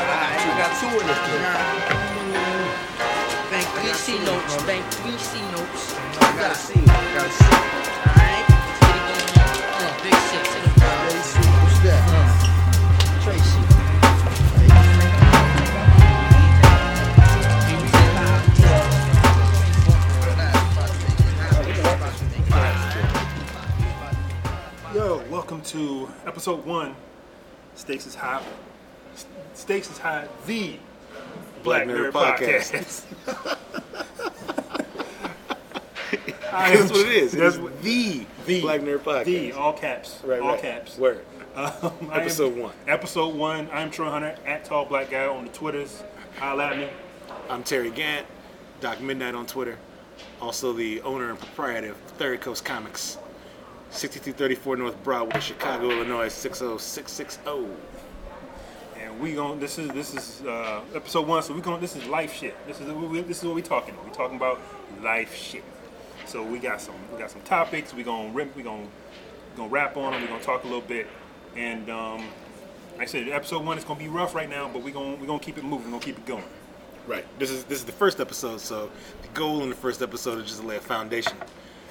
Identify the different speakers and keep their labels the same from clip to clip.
Speaker 1: got two in this.
Speaker 2: Bank three C notes, bank three C notes.
Speaker 1: I gotta see it. I gotta see it.
Speaker 2: Alright? Uh, big six to the front.
Speaker 1: Let me see what's that.
Speaker 2: Uh, Tracy.
Speaker 3: Yo, welcome to episode one. Stakes is hot. S- Stakes is hot. The Black, Nerd, podcast. I am-
Speaker 4: That's what it is. It
Speaker 3: That's
Speaker 4: is
Speaker 3: what-
Speaker 4: the,
Speaker 3: the
Speaker 4: Black Nerd Podcast.
Speaker 3: The all caps.
Speaker 4: right,
Speaker 3: all
Speaker 4: right.
Speaker 3: caps.
Speaker 4: Word.
Speaker 3: Um, I am-
Speaker 4: Episode one.
Speaker 3: Episode one. I'm Troy Hunter at Tall Black Guy on the Twitters. Holla at me.
Speaker 4: I'm Terry Gant, Doc Midnight on Twitter, also the owner and proprietor of Third Coast Comics, 6234 North Broadway, Chicago, Illinois 60660.
Speaker 3: And we gon' this is this is uh, episode one, so we gon' this is life shit. This is we, this is what we talking about. We talking about life shit. So we got some we got some topics. We gon' rip. We gon' gonna rap on them. We gonna talk a little bit. And um, like I said episode one is gonna be rough right now, but we gon' we gonna keep it moving. We gonna keep it going.
Speaker 4: Right. This is this is the first episode, so the goal in the first episode is just to lay a foundation.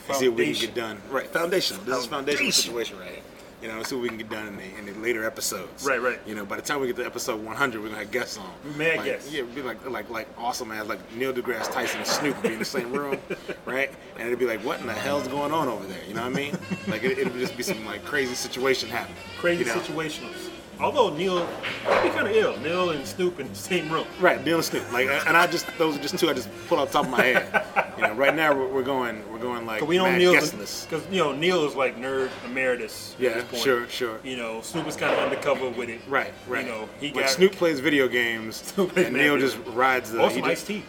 Speaker 4: And see what we can
Speaker 3: Foundation.
Speaker 4: get done. Right, foundation. This is foundational
Speaker 3: Foundation.
Speaker 4: situation right here. You know, see what we can get done in the, in the later episodes.
Speaker 3: Right, right.
Speaker 4: You know, by the time we get to episode 100, we're gonna have guests on.
Speaker 3: Mad
Speaker 4: like,
Speaker 3: guests.
Speaker 4: Yeah, it'd be like like like awesome as like Neil deGrasse Tyson and Snoop be in the same room, right? And it'd be like, what in the hell's going on over there? You know what I mean? Like it, it'd just be some like crazy situation happening.
Speaker 3: Crazy
Speaker 4: you know?
Speaker 3: situationals. Although Neil, that'd be kind of ill. Neil and Snoop in the same room.
Speaker 4: Right, Neil and Snoop. Like, and I just those are just two I just pulled off the top of my head. You know, right now we're, we're going we're going like
Speaker 3: Cause we don't
Speaker 4: mad
Speaker 3: Neil
Speaker 4: guestless.
Speaker 3: because you know Neil is like nerd emeritus.
Speaker 4: Yeah,
Speaker 3: at this point.
Speaker 4: sure, sure.
Speaker 3: You know, Snoop is kind of undercover with it.
Speaker 4: Right, right.
Speaker 3: You know, he
Speaker 4: like
Speaker 3: got
Speaker 4: Snoop plays video games,
Speaker 3: Snoop plays
Speaker 4: and
Speaker 3: mad
Speaker 4: Neil
Speaker 3: video-
Speaker 4: just rides the.
Speaker 3: Oh,
Speaker 4: he
Speaker 3: some
Speaker 4: just-
Speaker 3: iced tea.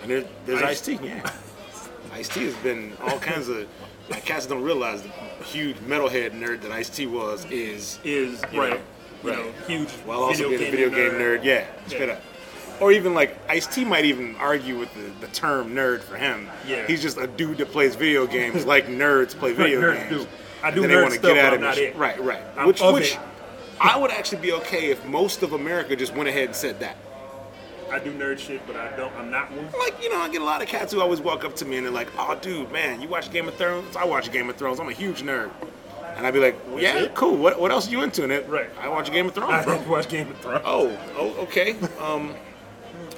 Speaker 4: And there, there's
Speaker 3: Ice-
Speaker 4: Ice T. Yeah, Ice T has been all kinds of. Like, cats don't realize the huge metalhead nerd that Ice T was is
Speaker 3: Is
Speaker 4: you
Speaker 3: right,
Speaker 4: know,
Speaker 3: you
Speaker 4: right.
Speaker 3: know, huge.
Speaker 4: while also being a video game nerd. Yeah, straight
Speaker 3: Yeah.
Speaker 4: up. Or even like Ice T might even argue with the, the term nerd for him.
Speaker 3: Yeah.
Speaker 4: He's just a dude that plays video games like nerds play video
Speaker 3: nerds
Speaker 4: games.
Speaker 3: do. I do
Speaker 4: And then they
Speaker 3: nerd
Speaker 4: wanna
Speaker 3: stuff, but I'm
Speaker 4: him and
Speaker 3: not
Speaker 4: sh-
Speaker 3: it.
Speaker 4: Right, right.
Speaker 3: I'm
Speaker 4: which
Speaker 3: of
Speaker 4: which
Speaker 3: it.
Speaker 4: I would actually be okay if most of America just went ahead and said that.
Speaker 3: I do nerd shit, but I don't. I'm not one.
Speaker 4: Like, you know, I get a lot of cats who always walk up to me and they're like, oh, dude, man, you watch Game of Thrones? I watch Game of Thrones. I'm a huge nerd. And I'd be like, yeah,
Speaker 3: it?
Speaker 4: cool. What, what else are you into in it?
Speaker 3: Right.
Speaker 4: I watch Game of Thrones,
Speaker 3: I
Speaker 4: bro.
Speaker 3: don't watch Game of Thrones.
Speaker 4: Oh, oh okay. Um,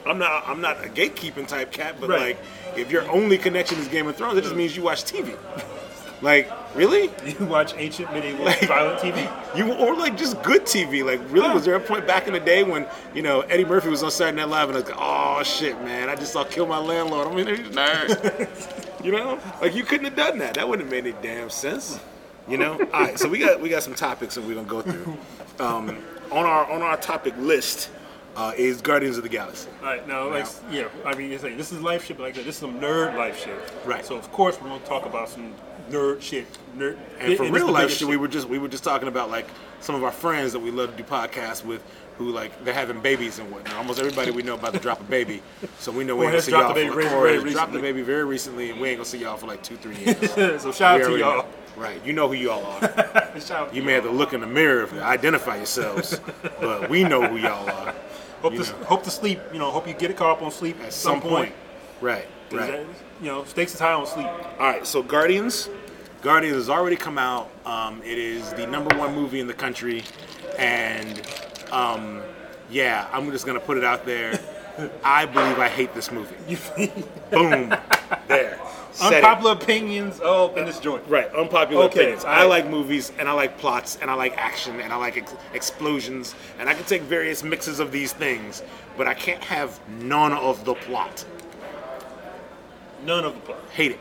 Speaker 4: I'm not I'm not a gatekeeping type cat, but
Speaker 3: Right.
Speaker 4: like, if your only connection is Game of Thrones, it just means you watch TV. Like, really?
Speaker 3: You watch ancient medieval
Speaker 4: Like-
Speaker 3: violent TV?
Speaker 4: You or like just good TV? Like, really? Was there a point back in the day when you know Eddie Murphy was on Saturday Night Live and I was like, oh shit, man, I just saw Kill My Landlord. I'm in there, he's a nerd. you know, like you couldn't have done that. That wouldn't have made any damn sense. You know. All right, so we got we got some topics that we're gonna go through. Um, on our on our topic list uh, is Guardians of the Galaxy.
Speaker 3: All right, now, like, yeah, I mean, you say this is life shit, but like, I said, this is some nerd life shit.
Speaker 4: Right.
Speaker 3: So of course we want to talk about some nerd shit, nerd.
Speaker 4: And for
Speaker 3: it's
Speaker 4: real
Speaker 3: the
Speaker 4: life
Speaker 3: biggest
Speaker 4: shit, we were just we were just talking about like some of our friends that we love to do podcasts with, who like they're having babies and whatnot. Almost everybody we know about to drop a baby, so we know we
Speaker 3: Or
Speaker 4: ain't gonna
Speaker 3: has
Speaker 4: see
Speaker 3: dropped
Speaker 4: y'all
Speaker 3: a
Speaker 4: for
Speaker 3: baby
Speaker 4: like,
Speaker 3: very-
Speaker 4: or
Speaker 3: very
Speaker 4: has dropped the
Speaker 3: recently.
Speaker 4: baby very recently, and we ain't gonna see y'all for like two three years.
Speaker 3: so shout
Speaker 4: We
Speaker 3: out to
Speaker 4: already
Speaker 3: y'all.
Speaker 4: know. Right, you know who y'all are.
Speaker 3: Shout out to
Speaker 4: You may have to look in the mirror to identify yourselves, but we know who y'all are.
Speaker 3: Hope
Speaker 4: you
Speaker 3: to
Speaker 4: know.
Speaker 3: hope to sleep. You know, hope you get caught up on sleep
Speaker 4: At some, point. right,
Speaker 3: Is
Speaker 4: right.
Speaker 3: that- you know, stakes is high on sleep.
Speaker 4: All right, so Guardians. Guardians has already come out. Um, it is the number one movie in the country, and um, yeah, I'm just gonna put it out there. I believe I hate this movie. Boom, there. Said it.
Speaker 3: Unpopular opinions. Oh, in this joint.
Speaker 4: Right, unpopular
Speaker 3: Okay,
Speaker 4: opinions.
Speaker 3: all right.
Speaker 4: I like movies, and I like plots, and I like action, and I like ex- explosions, and I can take various mixes of these things, but I can't have none of the plot.
Speaker 3: None of the plot.
Speaker 4: Hate it.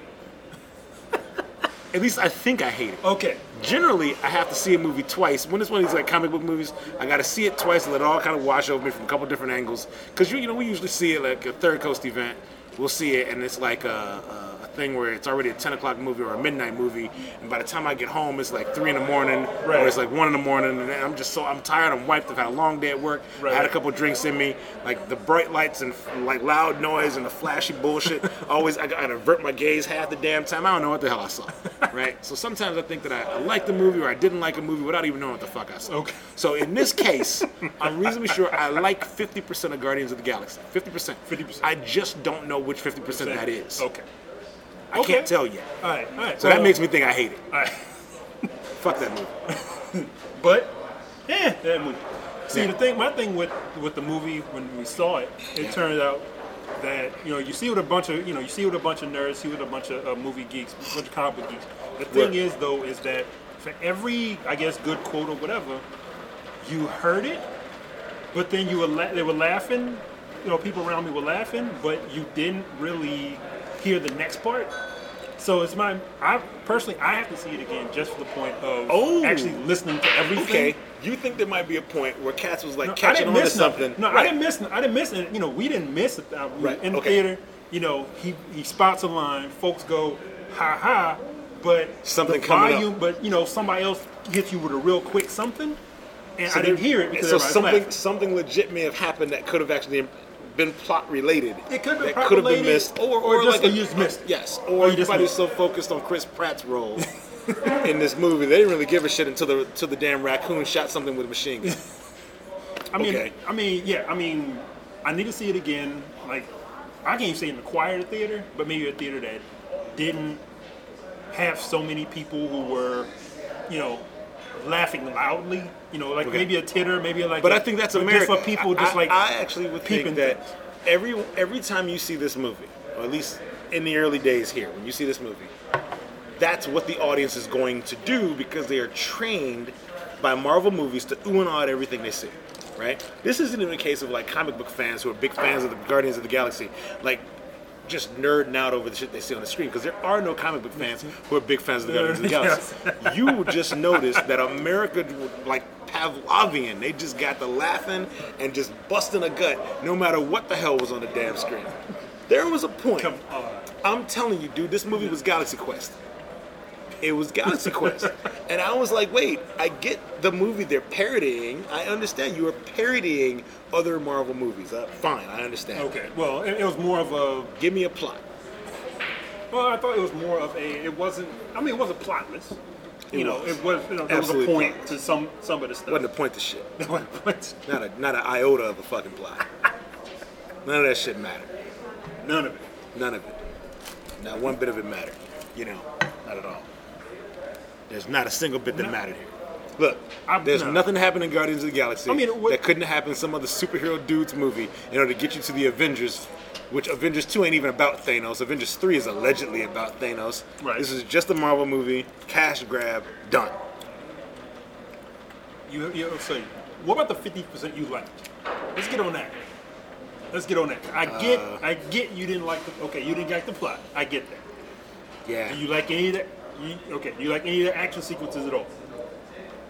Speaker 4: At least I think I hate it.
Speaker 3: Okay.
Speaker 4: generally I have to see a movie twice. When it's one of these like comic book movies, I got to see it twice and let it all kind of wash over me from a couple different angles. Cause you you know we usually see it like a third coast event. We'll see it and it's like a, a, a thing where it's already a ten o'clock movie or a midnight movie, and by the time I get home it's like three in the morning
Speaker 3: Right.
Speaker 4: or it's like one in the morning, and I'm just so I'm tired. I'm wiped. I've had a long day at work.
Speaker 3: Right.
Speaker 4: I had a couple drinks in me. Like the bright lights and like loud noise and the flashy bullshit. always I gotta avert my gaze half the damn time. I don't know what the hell I saw. Right? right? So sometimes I think that I, I liked the movie or I didn't like a movie without even knowing what the fuck I saw.
Speaker 3: Okay.
Speaker 4: So in this case, I'm reasonably sure I like 50% of Guardians of the Galaxy. 50%.
Speaker 3: 50%.
Speaker 4: I just don't know which 50% that is.
Speaker 3: Okay.
Speaker 4: I
Speaker 3: Oh, Okay.
Speaker 4: can't tell yet.
Speaker 3: All right. All right.
Speaker 4: So that makes me think I hate it.
Speaker 3: All right.
Speaker 4: Fuck that movie.
Speaker 3: But yeah, that movie. See,
Speaker 4: Yeah.
Speaker 3: the thing, my thing with with the movie when we saw it, it
Speaker 4: Yeah.
Speaker 3: turned out that you know you see with a bunch of you know you see with a bunch of nerds, see with a bunch of uh, movie geeks, a bunch of comic book geeks. The thing
Speaker 4: Right.
Speaker 3: is though is that for every I guess good quote or whatever, you heard it, but then you were la- they were laughing. You know, people around me were laughing, but you didn't really hear the next part. So it's my I personally I have to see it again just for the point of
Speaker 4: Oh.
Speaker 3: actually listening to everything.
Speaker 4: Okay. You think there might be a point where Katz was like
Speaker 3: No, I
Speaker 4: catching
Speaker 3: didn't
Speaker 4: on to
Speaker 3: miss
Speaker 4: something?
Speaker 3: nothing. No, I
Speaker 4: Right.
Speaker 3: didn't miss. I didn't miss it. You know, we didn't miss it. Uh, we-
Speaker 4: Right,
Speaker 3: In the
Speaker 4: okay.
Speaker 3: theater, you know, he he spots a line. Folks go, ha ha. But
Speaker 4: Something
Speaker 3: the
Speaker 4: coming up.
Speaker 3: volume, but you know, somebody else hits you with a real quick something, and
Speaker 4: So
Speaker 3: I didn't
Speaker 4: there-
Speaker 3: hear it because
Speaker 4: so
Speaker 3: everybody's
Speaker 4: something
Speaker 3: laughing.
Speaker 4: something legit may have happened that could have actually been plot related.
Speaker 3: It could have been
Speaker 4: that
Speaker 3: plot
Speaker 4: could have been
Speaker 3: related,
Speaker 4: missed, or,
Speaker 3: or just
Speaker 4: like
Speaker 3: you just missed it.
Speaker 4: Yes,
Speaker 3: Or
Speaker 4: or
Speaker 3: you just
Speaker 4: everybody
Speaker 3: missed
Speaker 4: was so focused on Chris Pratt's role in this movie they didn't really give a shit until the until the damn raccoon shot something with a machine gun.
Speaker 3: I mean,
Speaker 4: Okay.
Speaker 3: I mean, yeah, I mean, I need to see it again. Like, I can't even say in the quieter theater, but maybe a theater that didn't have so many people who were, you know, laughing loudly. You know, like
Speaker 4: Okay.
Speaker 3: maybe a titter, maybe like.
Speaker 4: But
Speaker 3: I
Speaker 4: I think that's
Speaker 3: Just
Speaker 4: America.
Speaker 3: for people,
Speaker 4: I-
Speaker 3: just like
Speaker 4: I, I actually would
Speaker 3: peeping
Speaker 4: think that
Speaker 3: things.
Speaker 4: every every time you see this movie, or at least in the early days here, when you see this movie, that's what the audience is going to do because they are trained by Marvel movies to ooh and ah at everything they see. Right? This isn't even a case of like comic book fans who are big fans of the Guardians of the Galaxy, like just nerding out over the shit they see on the screen because there are no comic book fans who are big fans of the Guardians of the Galaxy. You would just notice that America, like Pavlovian, they just got the laughing and just busting a gut no matter what the hell was on the damn screen. There was a point.
Speaker 3: Come on.
Speaker 4: I'm telling you, dude, this movie was Galaxy Quest. It was Galaxy Quest. And I was like, wait, I get the movie they're parodying. I understand you are parodying other Marvel movies. Uh, fine, I understand.
Speaker 3: Okay, well, it, it was more of a.
Speaker 4: Give me a plot.
Speaker 3: Well, I thought it was more of a. It wasn't. I mean, it wasn't plotless.
Speaker 4: It
Speaker 3: you know,
Speaker 4: was.
Speaker 3: it was. You know, there
Speaker 4: Absolutely
Speaker 3: was a point
Speaker 4: plotless.
Speaker 3: to some some of the stuff.
Speaker 4: Wasn't a point to shit.
Speaker 3: There wasn't a point.
Speaker 4: Not a not an iota of a fucking plot. None of that shit mattered.
Speaker 3: None of it.
Speaker 4: None of it. Not one bit of it mattered. You know, not at all. There's not a single bit that mattered here. Look,
Speaker 3: I'm-
Speaker 4: there's
Speaker 3: no.
Speaker 4: nothing happening in Guardians of the Galaxy
Speaker 3: I mean, what-
Speaker 4: that couldn't happen in some other superhero dude's movie in order to get you to the Avengers, which Avengers 2 ain't even about Thanos. Avengers 3 is allegedly about Thanos.
Speaker 3: Right.
Speaker 4: This is just a Marvel movie, cash grab, done.
Speaker 3: You, you say, what about the fifty percent you liked? Let's get on that. Let's get on that. I get, I get you didn't like the. Okay, you didn't like the plot. I get that.
Speaker 4: Yeah.
Speaker 3: Do you like any of that? You, okay, do you like any of the action sequences at all?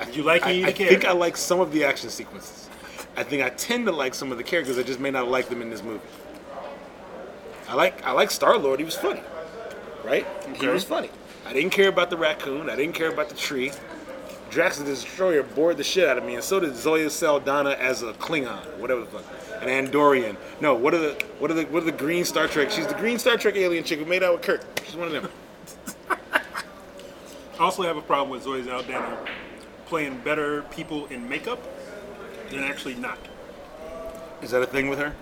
Speaker 3: Do you like any of
Speaker 4: I, I
Speaker 3: the
Speaker 4: think
Speaker 3: characters?
Speaker 4: I like some of the action sequences. I think I tend to like some of the characters. I just may not like them in this movie. I like I like Star Lord. He was funny, right? He
Speaker 3: Okay.
Speaker 4: was funny. I didn't care about the raccoon. I didn't care about the tree. Drax the Destroyer bored the shit out of me, and so did Zoya Saldana as a Klingon, whatever the fuck, an Andorian. No, what are the what are the what are the green Star Trek? She's the green Star Trek alien chick who made out with Kirk. She's one of them.
Speaker 3: I also have a problem with Zoe Saldana playing better people in makeup than actually not.
Speaker 4: Is that a thing with her?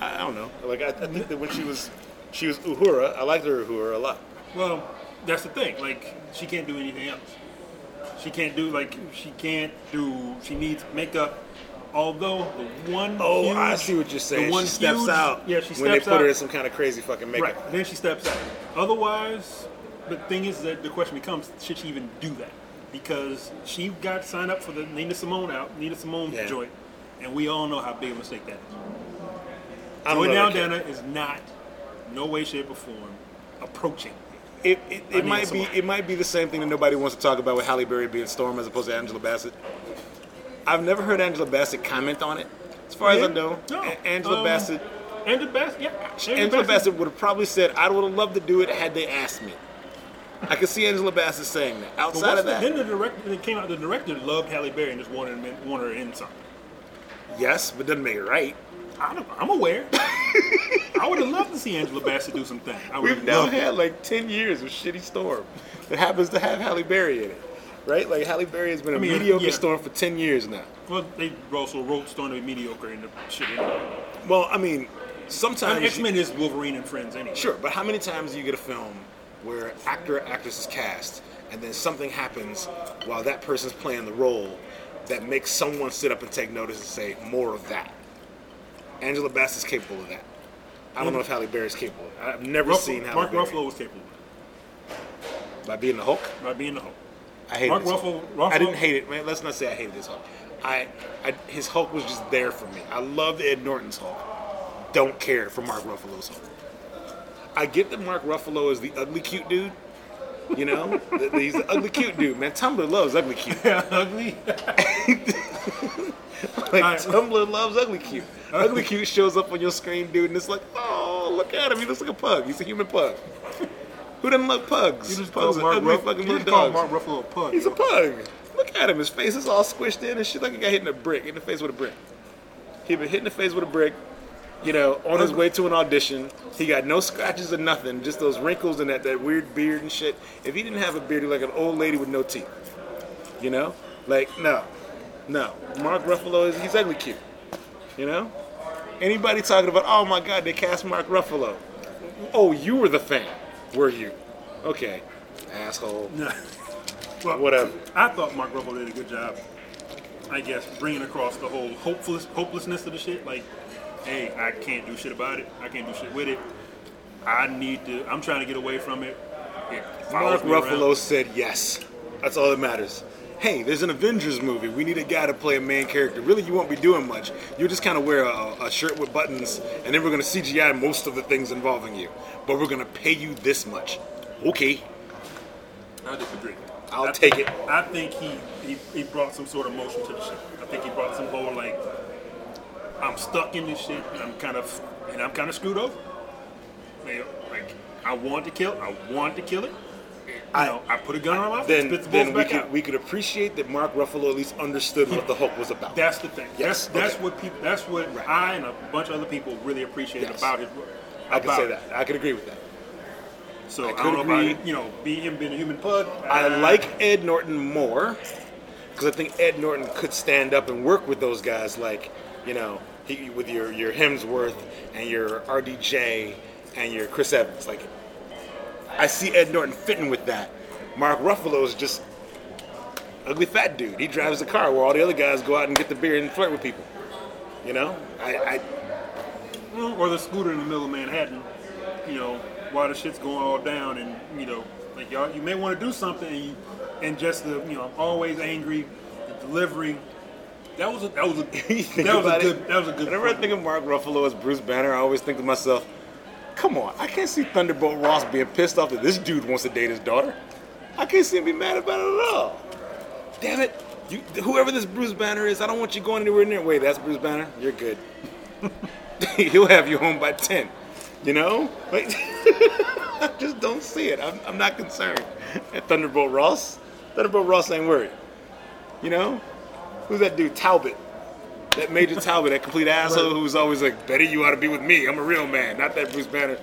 Speaker 4: I, I don't know. Like I, I think that when she was she was Uhura, I liked her Uhura a lot.
Speaker 3: Well, that's the thing. Like, she can't do anything else. She can't do like she can't do. She needs makeup. Although the one
Speaker 4: Oh,
Speaker 3: huge-
Speaker 4: I see what you're saying.
Speaker 3: The one
Speaker 4: she steps
Speaker 3: huge-
Speaker 4: out.
Speaker 3: Yeah, she steps
Speaker 4: when they put
Speaker 3: out.
Speaker 4: her in some kind of crazy fucking makeup.
Speaker 3: Right. Then she steps out. Otherwise, the thing is that the question becomes: Should she even do that? Because she got signed up for the Nina Simone out, Nina Simone
Speaker 4: Yeah.
Speaker 3: joint, and we all know how big a mistake that is.
Speaker 4: I don't
Speaker 3: Joy
Speaker 4: know.
Speaker 3: Down
Speaker 4: that character.
Speaker 3: is not, no way, shape, or form, approaching.
Speaker 4: It, it, it
Speaker 3: mean,
Speaker 4: might
Speaker 3: it's
Speaker 4: be
Speaker 3: a lot.
Speaker 4: it might be the same thing that nobody wants to talk about with Halle Berry being Storm as opposed to Angela Bassett. I've never heard Angela Bassett comment on it. As far as I know,
Speaker 3: No.
Speaker 4: A- Angela
Speaker 3: Um,
Speaker 4: Bassett
Speaker 3: Angela Bassett. Yeah. Angela,
Speaker 4: Angela Bassett would have probably said, "I would have loved to do it had they asked me." I could see Angela Bassett saying that.
Speaker 3: But
Speaker 4: Outside
Speaker 3: once
Speaker 4: of that,
Speaker 3: the, then the director it came out. The director loved Halle Berry and just wanted him in- wanted her in something.
Speaker 4: yes, but doesn't make it right.
Speaker 3: I don't, I'm aware. I would have loved to see Angela Bassett do some things. I
Speaker 4: We've
Speaker 3: would've
Speaker 4: now
Speaker 3: loved it.
Speaker 4: had like 10 years of shitty storm that happens to have Halle Berry in it, right? Like Halle Berry has been a
Speaker 3: mean,
Speaker 4: mediocre
Speaker 3: yeah.
Speaker 4: storm for 10 years now.
Speaker 3: Well, they also wrote Storm to be mediocre in the shit. Anyway.
Speaker 4: Well, I mean, sometimes
Speaker 3: X Men is Wolverine and friends anyway.
Speaker 4: Sure, but how many times do you get a film where actor or actress is cast and then something happens while that person's playing the role that makes someone sit up and take notice and say, more of that? Angela Bassett's capable of that. I don't know if Halle Berry's capable. of it. I've never
Speaker 3: Ruffalo,
Speaker 4: seen Halle
Speaker 3: Mark
Speaker 4: Berry.
Speaker 3: Ruffalo was capable of
Speaker 4: By being the Hulk?
Speaker 3: it by being the Hulk.
Speaker 4: I hated
Speaker 3: Mark
Speaker 4: his Hulk.
Speaker 3: Ruffalo- Ruffalo-
Speaker 4: I didn't hate it, man. Let's not say I hated his Hulk. I, I his Hulk was just there for me. I loved Ed Norton's Hulk. Don't care for Mark Ruffalo's Hulk. I get that Mark Ruffalo is the ugly cute dude. You know, That- that he's the ugly cute dude, man. Tumblr loves ugly cute.
Speaker 3: Ugly.
Speaker 4: Like
Speaker 3: right.
Speaker 4: Tumblr loves ugly cute. Ugly cute shows up on your screen, dude, and it's like, oh, look at him. He looks like a pug. He's a human pug. Who doesn't love pugs?
Speaker 3: You just
Speaker 4: pugs
Speaker 3: called Mark
Speaker 4: ugly
Speaker 3: Ruffalo.
Speaker 4: fucking
Speaker 3: You
Speaker 4: little
Speaker 3: just called
Speaker 4: dogs.
Speaker 3: Mark Ruffalo a pug.
Speaker 4: He's a pug. Look at him. His face is all squished in and shit like he got hit in a brick, in the face with a brick. He been hit in the face with a brick, you know, on his way to an audition. He got no scratches or nothing, just those wrinkles and that, that weird beard and shit. If he didn't have a beard, he'd like an old lady with no teeth. You know? Like, no. No. Mark Ruffalo is he's ugly cute. You know? Anybody talking about, oh my god, they cast Mark Ruffalo. Oh, you were the fan, were you? Okay. Asshole.
Speaker 3: Well,
Speaker 4: Whatever.
Speaker 3: I thought Mark Ruffalo did a good job. I guess bringing across the whole hopeless hopelessness of the shit. Like, hey, I can't do shit about it. I can't do shit with it. I need to. I'm trying to get away from it. It follows
Speaker 4: Mark
Speaker 3: me around.
Speaker 4: Ruffalo said yes. That's all that matters. Hey, there's an Avengers movie. We need a guy to play a main character. Really, you won't be doing much. You'll just kind of wear a, a shirt with buttons, and then we're going to CGI most of the things involving you. But we're going to pay you this much. Okay.
Speaker 3: I disagree.
Speaker 4: I'll
Speaker 3: I-
Speaker 4: take it.
Speaker 3: I think he, he he brought some sort of motion to the shit. I think he brought some whole like I'm stuck in this shit. And I'm kind of and I'm kind of screwed over. Like, like, I want to kill. I want to kill it. I,
Speaker 4: I-
Speaker 3: you know, I put a gun on my mouth.
Speaker 4: Then,
Speaker 3: spit the bullets
Speaker 4: then we,
Speaker 3: back out.
Speaker 4: could, we could appreciate that Mark Ruffalo at least understood what the Hulk was about.
Speaker 3: That's the thing. That's,
Speaker 4: Yes,
Speaker 3: that's
Speaker 4: okay.
Speaker 3: what people. That's what
Speaker 4: Right.
Speaker 3: I and a bunch of other people really appreciate
Speaker 4: Yes.
Speaker 3: about his work.
Speaker 4: I can
Speaker 3: about
Speaker 4: say
Speaker 3: it.
Speaker 4: that. I can agree with that.
Speaker 3: So I,
Speaker 4: could
Speaker 3: don't know
Speaker 4: agree.
Speaker 3: about you know being him being a human pug.
Speaker 4: I
Speaker 3: uh,
Speaker 4: like Ed Norton more because I think Ed Norton could stand up and work with those guys, like you know, he, with your your Hemsworth and your RDJ and your Chris Evans. Like, I see Ed Norton fitting with that. Mark Ruffalo is just ugly fat dude. He drives the car where all the other guys go out and get the beer and flirt with people. You know, I, I
Speaker 3: or the scooter in the middle of Manhattan. You know while the shit's going all down and you know like y'all you may want to do something and you and just the you know I'm always angry the delivery. That was a, that was a
Speaker 4: You think
Speaker 3: that was a
Speaker 4: about
Speaker 3: good
Speaker 4: it.
Speaker 3: that was a good.
Speaker 4: Whenever I
Speaker 3: point.
Speaker 4: think of Mark Ruffalo as Bruce Banner, I always think to myself, "Come on, I can't see Thunderbolt Ross being pissed off that this dude wants to date his daughter. I can't see him be mad about it at all. Damn it, you, whoever this Bruce Banner is, I don't want you going anywhere near. Wait, that's Bruce Banner. You're good. He'll have you home by ten. You know, like, I just don't see it. I'm, I'm not concerned at Thunderbolt Ross. Thunderbolt Ross ain't worried. You know, who's that dude Talbot? That Major Talbot, that complete asshole who's always like, "Betty, you ought to be with me. I'm a real man, not that Bruce Banner."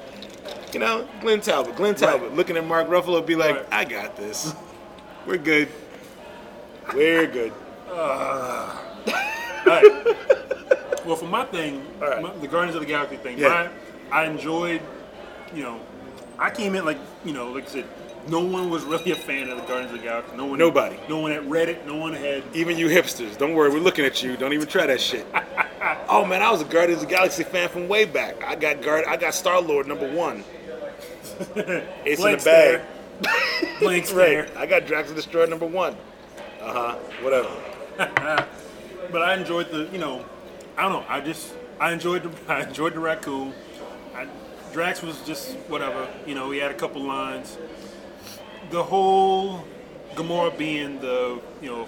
Speaker 4: You know, Glenn Talbot. Glenn Talbot looking at Mark Ruffalo, be like,
Speaker 3: Right.
Speaker 4: "I got this. We're good. We're good."
Speaker 3: Alright. well, for my thing,
Speaker 4: Alright.
Speaker 3: my- the Guardians of the Galaxy thing,
Speaker 4: Yeah.
Speaker 3: my- I enjoyed, you know, I came in like, you know, like I said, no one was really a fan of the Guardians of the Galaxy. No one,
Speaker 4: Nobody.
Speaker 3: No one had read it. No one had.
Speaker 4: Even you hipsters, don't worry, we're looking at you. Don't even try that shit. oh man, I was a Guardians of the Galaxy fan from way back. I got guard, I got Star Lord number one. It's in
Speaker 3: Blank
Speaker 4: the bag.
Speaker 3: stare. Blank
Speaker 4: Right.
Speaker 3: stare.
Speaker 4: I got Drax the Destroyer number one. Uh huh. Whatever.
Speaker 3: But I enjoyed the, you know, I don't know. I just I enjoyed the I enjoyed the raccoon. I, Drax was just whatever. You know, he had a couple lines. The whole Gamora being the you know,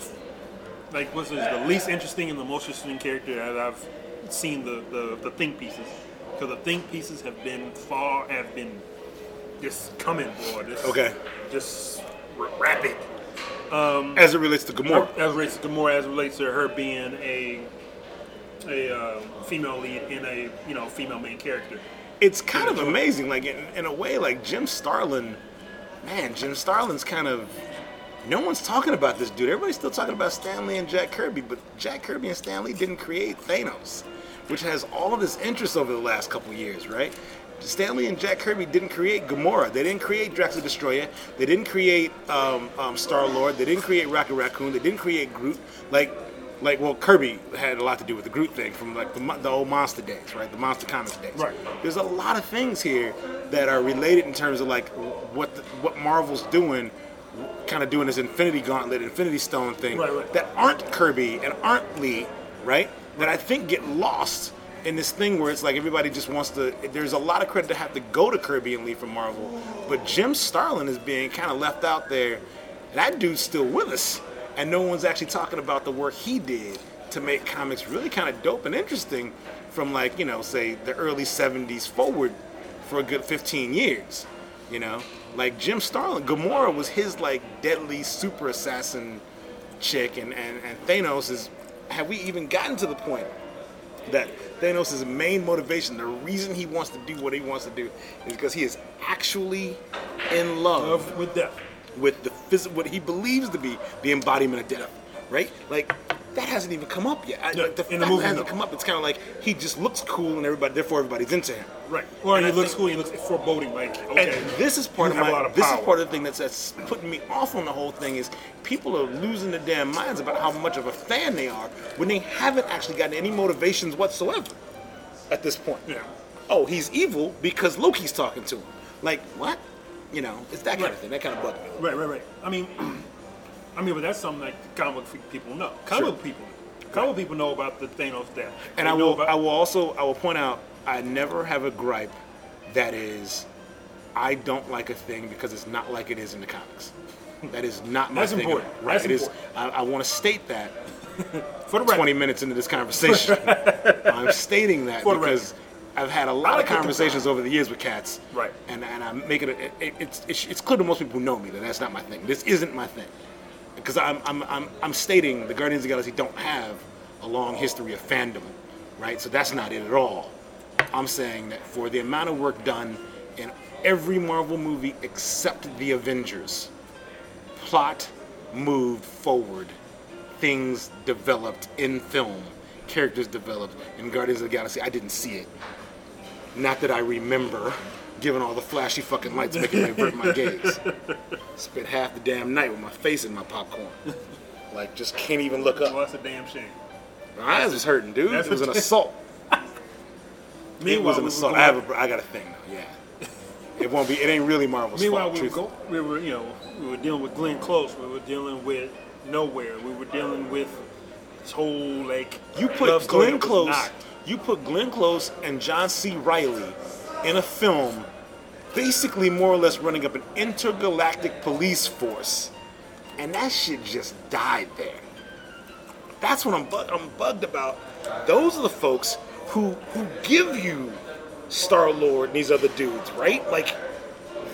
Speaker 3: like what's this, the least interesting and the most interesting character that I've seen the the, the think pieces because the think pieces have been far have been just coming or just
Speaker 4: Okay.
Speaker 3: just r- rapid
Speaker 4: As it relates to Gamora.
Speaker 3: as relates to Gamora, as it relates to her being a a uh, female lead in a you know female main character,
Speaker 4: it's kind of amazing. Like in, in a way, like Jim Starlin, man, Jim Starlin's kind of no one's talking about this dude. Everybody's still talking about Stanley and Jack Kirby, but Jack Kirby and Stanley didn't create Thanos, which has all of this interest over the last couple years, right? Stanley and Jack Kirby didn't create Gamora. They didn't create Drax the Destroyer. They didn't create um, um, Star Lord. They didn't create Rocket Raccoon. They didn't create Groot. Like, like well, Kirby had a lot to do with the Groot thing from like the, mon- the old Monster days, right? The Monster Comics days.
Speaker 3: Right.
Speaker 4: There's a lot of things here that are related in terms of like what the, what Marvel's doing, kind of doing this Infinity Gauntlet, Infinity Stone thing
Speaker 3: Right, right.
Speaker 4: that aren't Kirby and aren't Lee, right? That I think get lost in this thing where it's like everybody just wants to. There's a lot of credit to have to go to Kirby and Lee from Marvel, but Jim Starlin is being kind of left out there. That dude's still with us, and no one's actually talking about the work he did to make comics really kind of dope and interesting from like you know say the early 70s forward for a good 15 years you know like jim starlin gamora was his like deadly super assassin chick and, and, and Thanos is have we even gotten to the point that Thanos' main motivation, the reason he wants to do what he wants to do, is because he is actually in love
Speaker 3: Love with death.
Speaker 4: with the phys- what he believes to be the embodiment of death, right? Like that hasn't even come up yet. I-
Speaker 3: Yeah,
Speaker 4: like, the
Speaker 3: in the
Speaker 4: fact that
Speaker 3: movie,
Speaker 4: hasn't
Speaker 3: no.
Speaker 4: come up. It's kind of like he just looks cool and everybody, therefore everybody's into him.
Speaker 3: Right. Or
Speaker 4: And
Speaker 3: he
Speaker 4: I
Speaker 3: looks
Speaker 4: think-
Speaker 3: cool. He looks foreboding. Like
Speaker 4: And
Speaker 3: okay,
Speaker 4: this is part
Speaker 3: you have
Speaker 4: of my.
Speaker 3: a lot of
Speaker 4: this
Speaker 3: power.
Speaker 4: is part of the thing that's, that's putting me off on the whole thing is people are losing their damn minds about how much of a fan they are when they haven't actually gotten any motivations whatsoever at this point.
Speaker 3: Yeah.
Speaker 4: Oh, he's evil because Loki's talking to him. Like what? You know, it's that kind of
Speaker 3: Right.
Speaker 4: thing. That kind of bugged me.
Speaker 3: Right, right, right. I mean, I mean, but that's something like comic book people know. Comic
Speaker 4: Sure.
Speaker 3: book people, comic book people know about the Thanos death.
Speaker 4: And
Speaker 3: They
Speaker 4: I
Speaker 3: know
Speaker 4: will.
Speaker 3: about-
Speaker 4: I will also. I will point out. I never have a gripe that is. I don't like a thing because it's not like it is in the comics. That is not my
Speaker 3: That's
Speaker 4: thing.
Speaker 3: important.
Speaker 4: Right.
Speaker 3: That's
Speaker 4: It is-
Speaker 3: important.
Speaker 4: I, I want to state that
Speaker 3: for the record.
Speaker 4: 20 minutes into this conversation. I'm stating that
Speaker 3: For the
Speaker 4: because I've had a
Speaker 3: I
Speaker 4: lot of
Speaker 3: like the
Speaker 4: conversations over the years with cats.
Speaker 3: Right.
Speaker 4: And and I make it, a, it it's it's it's clear to most people who know me that that's not my thing. This isn't my thing. Because I'm I'm I'm I'm stating the Guardians of the Galaxy don't have a long history of fandom, right? So that's not it at all. I'm saying that for the amount of work done in every Marvel movie except the Avengers, plot moved forward, things developed in film, characters developed. In Guardians of the Galaxy, I didn't see it. Not that I remember, given all the flashy fucking lights making me avert my gaze. Spent half the damn night with my face in my popcorn. Like, just can't even look
Speaker 3: Well,
Speaker 4: up.
Speaker 3: that's a damn shame.
Speaker 4: My eyes was hurting, dude.
Speaker 3: That's
Speaker 4: It was an
Speaker 3: a-
Speaker 4: assault. It
Speaker 3: Meanwhile,
Speaker 4: was
Speaker 3: we
Speaker 4: an
Speaker 3: were
Speaker 4: assault.
Speaker 3: going-
Speaker 4: I have a, I got a thing now, yeah. It won't be, it ain't really Marvel's
Speaker 3: Meanwhile,
Speaker 4: fault,
Speaker 3: we were,
Speaker 4: truthfully.
Speaker 3: go, we were, you know, we were dealing with Glenn Close. We were dealing with Nowhere. We were dealing with this whole like
Speaker 4: You
Speaker 3: love
Speaker 4: put
Speaker 3: story
Speaker 4: Glenn
Speaker 3: that was
Speaker 4: Close,
Speaker 3: not-
Speaker 4: you put Glenn Close and John C. Riley in a film, basically more or less running up an intergalactic police force, and that shit just died there. That's what I'm bug- I'm bugged about. Those are the folks who who give you Star Lord and these other dudes, right? Like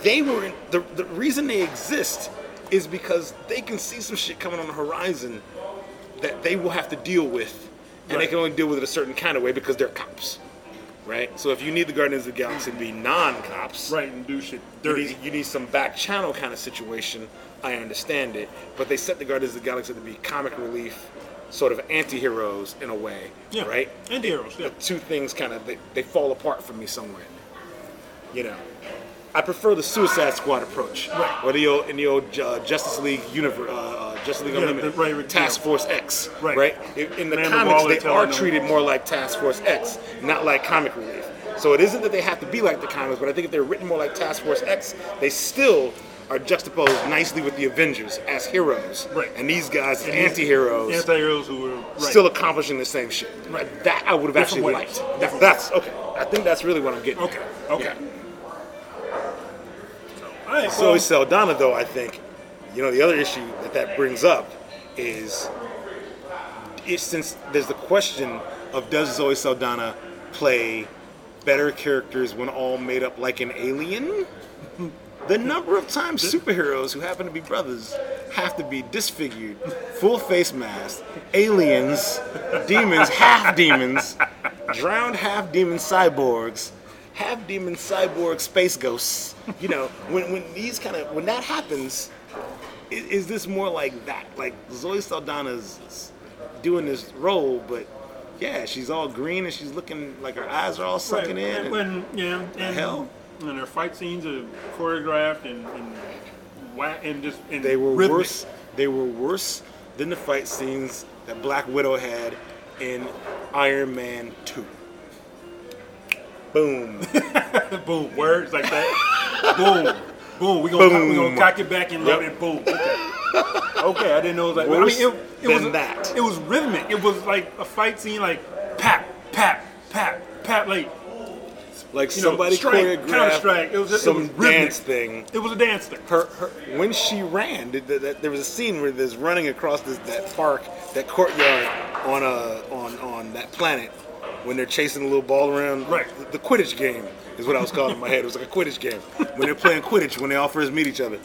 Speaker 4: they were in, the the reason they exist is because they can see some shit coming on the horizon that they will have to deal with, and they
Speaker 3: Right.
Speaker 4: can only deal with it a certain kind of way because they're cops, right? So if you need the Guardians of the Galaxy to be non-cops,
Speaker 3: right and do shit
Speaker 4: you
Speaker 3: dirty.
Speaker 4: need, you need some back channel kind of situation. I understand it, but they set the Guardians of the Galaxy to be comic relief, sort of anti-heroes in a way,
Speaker 3: yeah.
Speaker 4: right?
Speaker 3: And heroes. Yeah.
Speaker 4: Two things kind of they, they fall apart for me somewhere. You know, I prefer the Suicide Squad approach,
Speaker 3: Right.
Speaker 4: Or the old in the old uh, Justice League universe, uh, uh, Justice League
Speaker 3: Yeah,
Speaker 4: Unlimited,
Speaker 3: the- right, right,
Speaker 4: Task
Speaker 3: yeah.
Speaker 4: Force X,
Speaker 3: Right.
Speaker 4: In, in the
Speaker 3: Man with
Speaker 4: comics,
Speaker 3: Waller
Speaker 4: they
Speaker 3: telling
Speaker 4: are
Speaker 3: them-
Speaker 4: treated more like Task Force X, not like comic relief. So it isn't that they have to be like the comics, but I think if they're written more like Task Force X, they still are juxtaposed nicely with the Avengers as heroes,
Speaker 3: Right.
Speaker 4: and these guys as
Speaker 3: And these-
Speaker 4: anti-heroes,
Speaker 3: Anti-heroes who were right.
Speaker 4: still accomplishing the same shit.
Speaker 3: Right.
Speaker 4: That I would have actually
Speaker 3: Different ways.
Speaker 4: liked. That-
Speaker 3: Different
Speaker 4: that's okay. I think that's really what I'm getting. at.
Speaker 3: okay. Okay.
Speaker 4: Yeah.
Speaker 3: All right,
Speaker 4: So
Speaker 3: well,
Speaker 4: is Saldana, though. I think, you know, the other issue that that brings up is, it, since there's the question of does Zoe Saldana play better characters when all made up like an alien? The number of times superheroes who happen to be brothers have to be disfigured, full face masks, aliens, demons, half demons, drowned half demon cyborgs, half demon cyborg space ghosts. You know, when when these kind of when that happens, is, is this more like that? Like Zoe Saldana's s- doing this role, but yeah, she's all green and she's looking like her eyes are all sunken in.
Speaker 3: and
Speaker 4: and-
Speaker 3: when yeah, and,
Speaker 4: hell?
Speaker 3: and their fight scenes are choreographed and and, wha- and just and
Speaker 4: they were
Speaker 3: rhythmic.
Speaker 4: worse. They were worse than the fight scenes that Black Widow had in Iron Man Two. Boom.
Speaker 3: Boom, words like that. boom, boom. We gonna we
Speaker 4: Boom.
Speaker 3: gonna cock it back and love
Speaker 4: Yep.
Speaker 3: it. Boom. Okay. okay, I didn't know it was like. I
Speaker 4: Worse
Speaker 3: mean, it, it
Speaker 4: than
Speaker 3: was
Speaker 4: that.
Speaker 3: It was rhythmic. It was like a fight scene, like pap, pap, pap, pap, like
Speaker 4: Like
Speaker 3: you know,
Speaker 4: somebody
Speaker 3: strike,
Speaker 4: choreographed
Speaker 3: counter-strike. It was just- it
Speaker 4: some
Speaker 3: was rhythmic.
Speaker 4: dance thing.
Speaker 3: it was a dance thing.
Speaker 4: Her, her when she ran, did that, that, there was a scene where there's running across this, that park, that courtyard on a on on that planet when they're chasing a little ball around.
Speaker 3: Right.
Speaker 4: The Quidditch game is what I was calling it in my head. It was like a Quidditch game when they're playing Quidditch when they all first meet each other.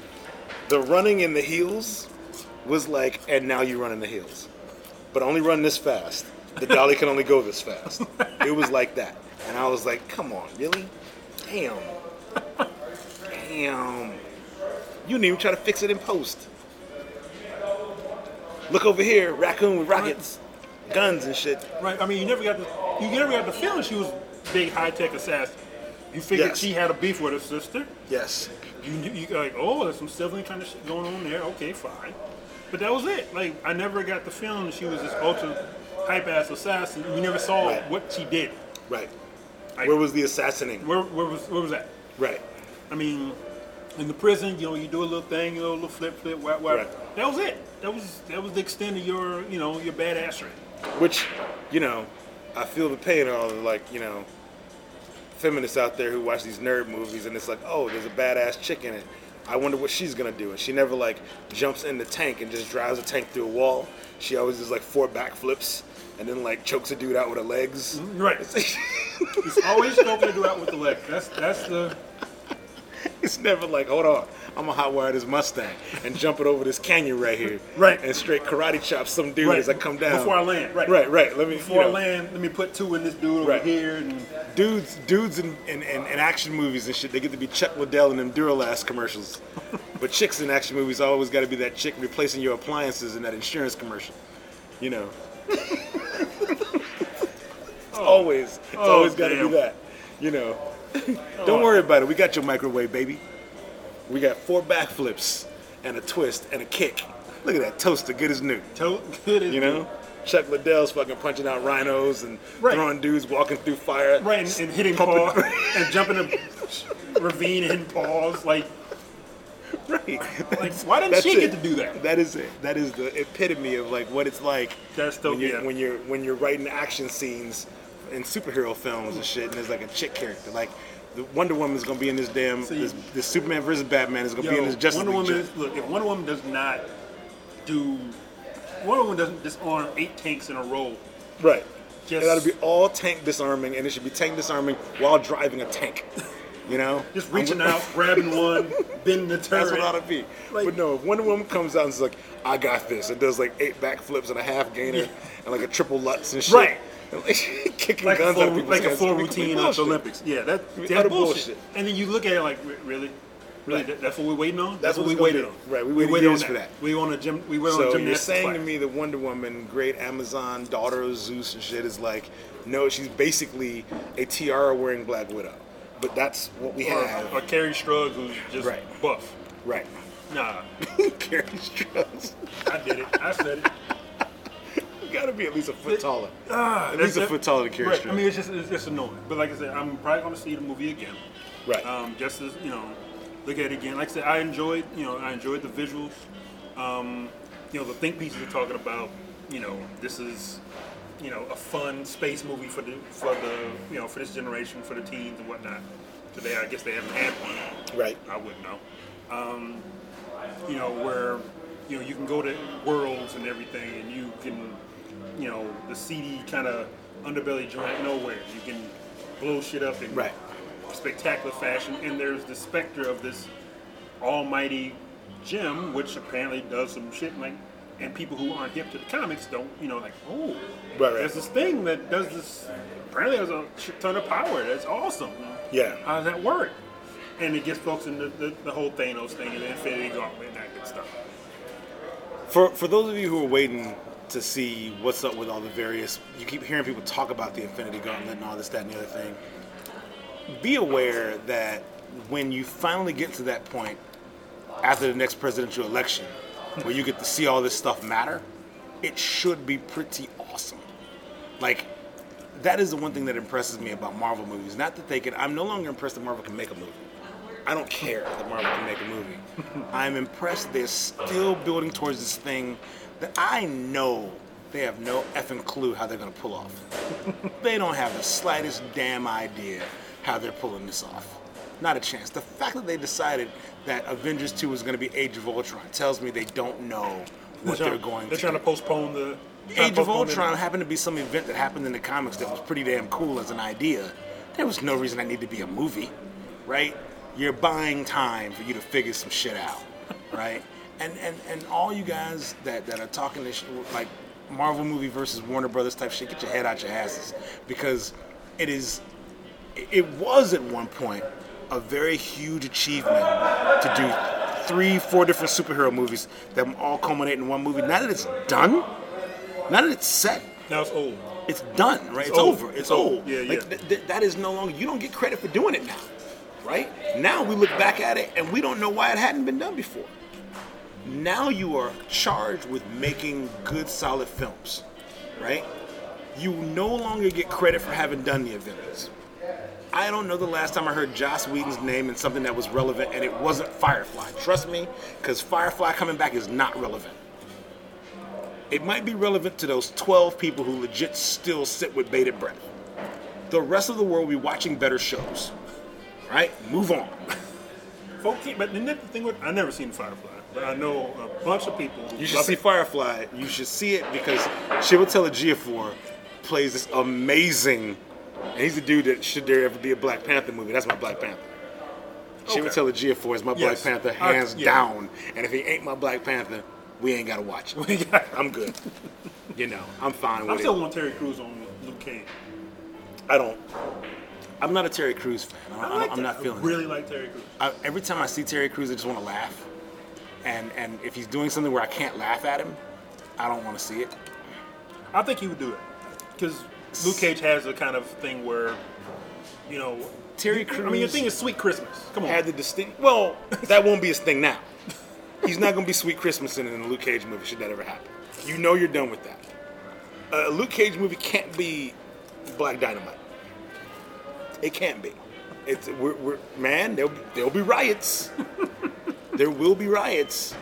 Speaker 4: The running in the heels was like, and now you run in the heels, but only run this fast. The dolly can only go this fast. It was like that, and I was like, come on, really? Damn. Damn. You didn't even try to fix it in post. Look over here, raccoon with rockets, guns and shit.
Speaker 3: Right. I mean, you never got the you never got the feeling she was big high tech assassin. You figured
Speaker 4: Yes.
Speaker 3: she had a beef with her sister.
Speaker 4: Yes.
Speaker 3: You knew- you like oh, there's some sibling kind of shit going on there. Okay, fine. But that was it. Like I never got the feeling that she was this ultra hype ass assassin. You never saw
Speaker 4: Right.
Speaker 3: what she did.
Speaker 4: Right.
Speaker 3: Like,
Speaker 4: Where was the assassinating?
Speaker 3: where, where was where was that?
Speaker 4: Right.
Speaker 3: I mean, in the prison, you know, you do a little thing, you know, a little flip, flip, whap, whap.
Speaker 4: Right.
Speaker 3: That was it. That was that was the extent of your you know your badassery.
Speaker 4: Which, you know, I feel the pain of all the like, you know, feminists out there who watch these nerd movies and it's like, oh, there's a badass chick in it. I wonder what she's gonna do. And she never like jumps in the tank and just drives a tank through a wall. She always does like four backflips and then like chokes a dude out with her legs.
Speaker 3: Right. it's always going to do out with the leg. That's that's the
Speaker 4: It's never like, hold on, I'm gonna hotwire this Mustang and jump it over this canyon right here,
Speaker 3: Right.
Speaker 4: And straight karate chop some dude
Speaker 3: Right,
Speaker 4: as I come down
Speaker 3: before I land, right.
Speaker 4: right, right. Let me
Speaker 3: before
Speaker 4: you
Speaker 3: I
Speaker 4: know,
Speaker 3: land. Let me put two in this dude over
Speaker 4: Right.
Speaker 3: here and.
Speaker 4: Dudes, dudes in, in, in, in action movies and shit, they get to be Chuck Liddell in them Duralast commercials, but chicks in action movies always got to be that chick replacing your appliances in that insurance commercial, you know. It's always, it's
Speaker 3: Oh,
Speaker 4: always got to
Speaker 3: damn. Oh.
Speaker 4: be that, you know. Don't worry about it. We got your microwave, baby. We got four backflips and a twist and a kick. Look at that toaster, good as new.
Speaker 3: Toe, good as
Speaker 4: You know, Chuck Liddell's fucking punching out rhinos and
Speaker 3: Mm-hmm. Right.
Speaker 4: throwing dudes walking through fire.
Speaker 3: right and, and hitting
Speaker 4: Pumping-
Speaker 3: paws and jumping a ravine and hitting paws like
Speaker 4: right.
Speaker 3: like why didn't
Speaker 4: That's
Speaker 3: she
Speaker 4: it.
Speaker 3: get to do that?
Speaker 4: That is it. That is the epitome of like what it's like
Speaker 3: That's dope,
Speaker 4: when, you're,
Speaker 3: yeah.
Speaker 4: when you're when you're writing action scenes in superhero films and shit, and there's like a chick character. Like the Wonder Woman's gonna be in this damn
Speaker 3: See-
Speaker 4: this, this Superman versus Batman is gonna be in this Justice
Speaker 3: Wonder
Speaker 4: League
Speaker 3: Woman.
Speaker 4: shit.
Speaker 3: Is, look, if Wonder Woman does not do, Wonder Woman doesn't disarm eight tanks in a row.
Speaker 4: Right.
Speaker 3: Just-
Speaker 4: it ought to be all tank disarming, and it should be tank disarming while driving a tank. You know,
Speaker 3: Just reaching out, grabbing one, bending the turret.
Speaker 4: That's what it ought to be.
Speaker 3: Like-
Speaker 4: but no, if Wonder Woman comes out and is like, "I got this," and does like eight backflips and a half gainer and like a triple lutz and shit.
Speaker 3: Right.
Speaker 4: And, like, kicking
Speaker 3: like a
Speaker 4: guns
Speaker 3: full,
Speaker 4: out of people's
Speaker 3: like a
Speaker 4: heads.
Speaker 3: full
Speaker 4: It'd be
Speaker 3: routine at
Speaker 4: bullshit.
Speaker 3: the Olympics. Yeah, that, that's
Speaker 4: utter
Speaker 3: bullshit.
Speaker 4: bullshit.
Speaker 3: And then you look at it like, re- really, really,
Speaker 4: Right.
Speaker 3: that, that's what we're waiting on.
Speaker 4: That's what
Speaker 3: we
Speaker 4: it's gonna
Speaker 3: waited
Speaker 4: be.
Speaker 3: on.
Speaker 4: Right, we waited years for that.
Speaker 3: We on a gym. We went on a
Speaker 4: So you're
Speaker 3: gymnastics.
Speaker 4: saying to
Speaker 3: class.
Speaker 4: me the Wonder Woman, great Amazon daughter of Zeus and shit, is like, no, she's basically a tiara wearing Black Widow. But that's what we
Speaker 3: or,
Speaker 4: have.
Speaker 3: or Carrie Strug, who's just
Speaker 4: Right.
Speaker 3: buff.
Speaker 4: Right.
Speaker 3: Nah,
Speaker 4: Carrie Strauss.
Speaker 3: I did it. I said it.
Speaker 4: You gotta be at least a foot taller.
Speaker 3: Ah,
Speaker 4: At least
Speaker 3: that's
Speaker 4: a foot taller than Carrie
Speaker 3: Right. I
Speaker 4: Strug.
Speaker 3: mean, it's just it's just annoying. But like I said, I'm probably gonna see the movie again.
Speaker 4: Right.
Speaker 3: Um, just as you know, look at it again. Like I said, I enjoyed you know I enjoyed the visuals. Um, you know the think pieces are talking about. You know this is you know a fun space movie for the for the you know for this generation for the teens and whatnot. Today I guess they haven't had one.
Speaker 4: right.
Speaker 3: I wouldn't know. Um, you know, where you know you can go to worlds and everything, and you can, you know, the seedy kind of underbelly joint nowhere. You can blow shit up in
Speaker 4: Right.
Speaker 3: spectacular fashion, and there's the specter of this almighty gem, which apparently does some shit like. And people who aren't hip to the comics don't, you know, like, oh,
Speaker 4: Right, right.
Speaker 3: there's this thing that does this apparently there's a shit ton of power. That's awesome.
Speaker 4: Yeah.
Speaker 3: How does that work? And it gets folks into the, the whole Thanos thing and the Infinity Gauntlet and that good stuff.
Speaker 4: For for those of you who are waiting to see what's up with all the various, you keep hearing people talk about the Infinity Gauntlet and all this, that, and the other thing. Be aware that when you finally get to that point after the next presidential election, where you get to see all this stuff matter, it should be pretty awesome. Like. That is the one thing that impresses me about Marvel movies. Not that they can. I'm no longer impressed that Marvel can make a movie. I don't care that Marvel can make a movie. I'm impressed they're still building towards this thing that I know they have no effing clue how they're gonna pull off. they don't have the slightest damn idea how they're pulling this off. Not a chance. The fact that they decided that Avengers 2 was gonna be Age of Ultron tells me they don't know what they're,
Speaker 3: trying-
Speaker 4: going
Speaker 3: They're
Speaker 4: to
Speaker 3: trying
Speaker 4: do.
Speaker 3: to postpone the trying
Speaker 4: Age
Speaker 3: to
Speaker 4: of
Speaker 3: postpone
Speaker 4: Ultron
Speaker 3: it.
Speaker 4: happened to be some event that happened in the comics that was pretty damn cool as an idea. There was no reason that needed to be a movie, right? You're buying time for you to figure some shit out, right? And and and all you guys that that are talking this shit, like Marvel movie versus Warner Brothers type shit, get your head out your asses because it is it was at one point a very huge achievement to do three, four different superhero movies that all culminate in one movie. Now that it's done, now that it's set,
Speaker 3: Now it's old.
Speaker 4: it's done, right? It's,
Speaker 3: old.
Speaker 4: over. It's,
Speaker 3: It's
Speaker 4: old.
Speaker 3: old. Yeah,
Speaker 4: like,
Speaker 3: yeah.
Speaker 4: Th- th- that is no longer. You don't get credit for doing it now, right? Now we look back at it and we don't know why it hadn't been done before. Now you are charged with making good, solid films, right? You no longer get credit for having done the Avengers. I don't know the last time I heard Joss Whedon's name in something that was relevant, and it wasn't Firefly. Trust me, because Firefly coming back is not relevant. It might be relevant to those 12 people who legit still sit with bated breath. The rest of the world will be watching better shows. Right? Move on.
Speaker 3: Folks, keep- but the thing with I never seen Firefly, but I know a bunch of people. who
Speaker 4: You should
Speaker 3: love
Speaker 4: see
Speaker 3: it.
Speaker 4: Firefly. You should see it because Chiwetel Ejiofor plays this amazing. And he's the dude that should there ever be a Black Panther movie. That's my Black Panther.
Speaker 3: Okay.
Speaker 4: Chiwetel Ejiofor is my
Speaker 3: Yes.
Speaker 4: Black Panther
Speaker 3: I-
Speaker 4: hands
Speaker 3: yeah.
Speaker 4: down. And if he ain't my Black Panther, we ain't gotta watch it. I'm good. you know, I'm fine with
Speaker 3: I
Speaker 4: it.
Speaker 3: still want Terry Crews on Luke Cage.
Speaker 4: I don't. I'm not a Terry Crews fan. I don't, I
Speaker 3: like
Speaker 4: am
Speaker 3: that.
Speaker 4: not feeling.
Speaker 3: I
Speaker 4: it.
Speaker 3: really like Terry Crews.
Speaker 4: I, every time I see Terry Crews, I just want to laugh. And and if he's doing something where I can't laugh at him, I don't want to see it.
Speaker 3: I think he would do it because Luke Cage has a kind of thing where, you know,
Speaker 4: Terry
Speaker 3: I mean, your
Speaker 4: Crews-
Speaker 3: thing is Sweet Christmas. Come on,
Speaker 4: Had the distinct. Well, that won't be his thing now. He's not gonna be Sweet Christmas in a Luke Cage movie. Should that ever happen? You know you're done with that. A Luke Cage movie can't be Black Dynamite. It can't be. It's we're, we're man. There'll there'll be riots. there will be riots.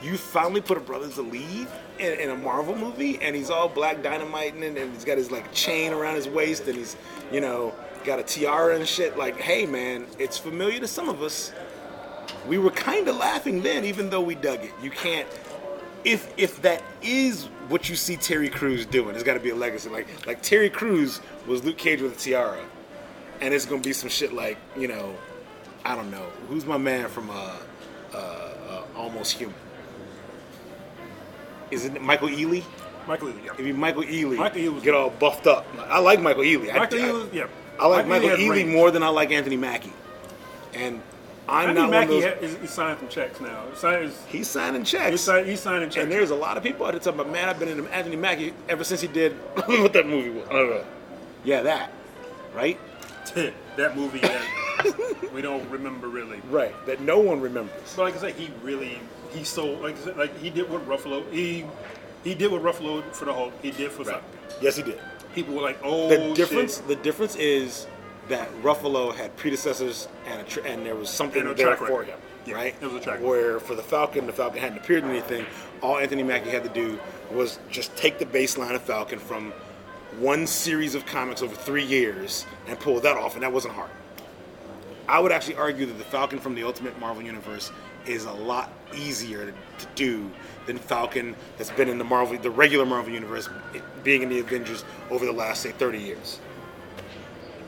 Speaker 4: You finally put a brother to lead in, in a Marvel movie, and he's all black dynamite, and, and he's got his like chain around his waist, and he's you know got a tiara and shit. Like, hey man, it's familiar to some of us. We were kind of laughing then, even though we dug it. You can't. If if that is what you see Terry Crews doing, there's got to be a legacy. Like like Terry Crews was Luke Cage with a tiara, and it's gonna be some shit like you know, I don't know who's my man from uh, uh, uh Almost Human. Is it Michael Ealy?
Speaker 3: Michael Ealy. Yeah.
Speaker 4: It'd be Michael Ealy.
Speaker 3: Michael Ealy was-
Speaker 4: get all buffed up. I like Michael Ealy. I-
Speaker 3: Michael
Speaker 4: I,
Speaker 3: Ealy. Yeah,
Speaker 4: I like Michael,
Speaker 3: has
Speaker 4: Ealy
Speaker 3: range.
Speaker 4: more than I like Anthony Mackie. And I'm
Speaker 3: I
Speaker 4: not
Speaker 3: think
Speaker 4: one of
Speaker 3: Mackey
Speaker 4: those.
Speaker 3: ha- is, is signing some checks now. He's signing- He's,
Speaker 4: he's signing
Speaker 3: he's,
Speaker 4: checks.
Speaker 3: sign- he's signing checks.
Speaker 4: And there's a lot of people out there talking about, man, I've been in Anthony Mackie ever since he did what that movie was. I don't know. Yeah, that. Right?
Speaker 3: that movie that we don't remember really.
Speaker 4: Right. That no one remembers.
Speaker 3: But like I said, he really he's so like I said, like he did what Ruffalo he he did what Ruffalo did for the Hulk. He did for
Speaker 4: Right.
Speaker 3: something.
Speaker 4: Yes, he did.
Speaker 3: People were like, oh,
Speaker 4: The difference,
Speaker 3: shit.
Speaker 4: the difference is that Ruffalo had predecessors and a tr and there was something
Speaker 3: And a
Speaker 4: there
Speaker 3: track
Speaker 4: for
Speaker 3: record.
Speaker 4: him,
Speaker 3: Yeah,
Speaker 4: right?
Speaker 3: it was a track record.
Speaker 4: Where for the Falcon, the Falcon hadn't appeared in anything. All Anthony Mackie had to do was just take the baseline of Falcon from one series of comics over three years and pull that off, and that wasn't hard. I would actually argue that the Falcon from the Ultimate Marvel Universe is a lot easier to, to do than Falcon that's been in the Marvel, the regular Marvel Universe, it- being in the Avengers over the last say 30 years.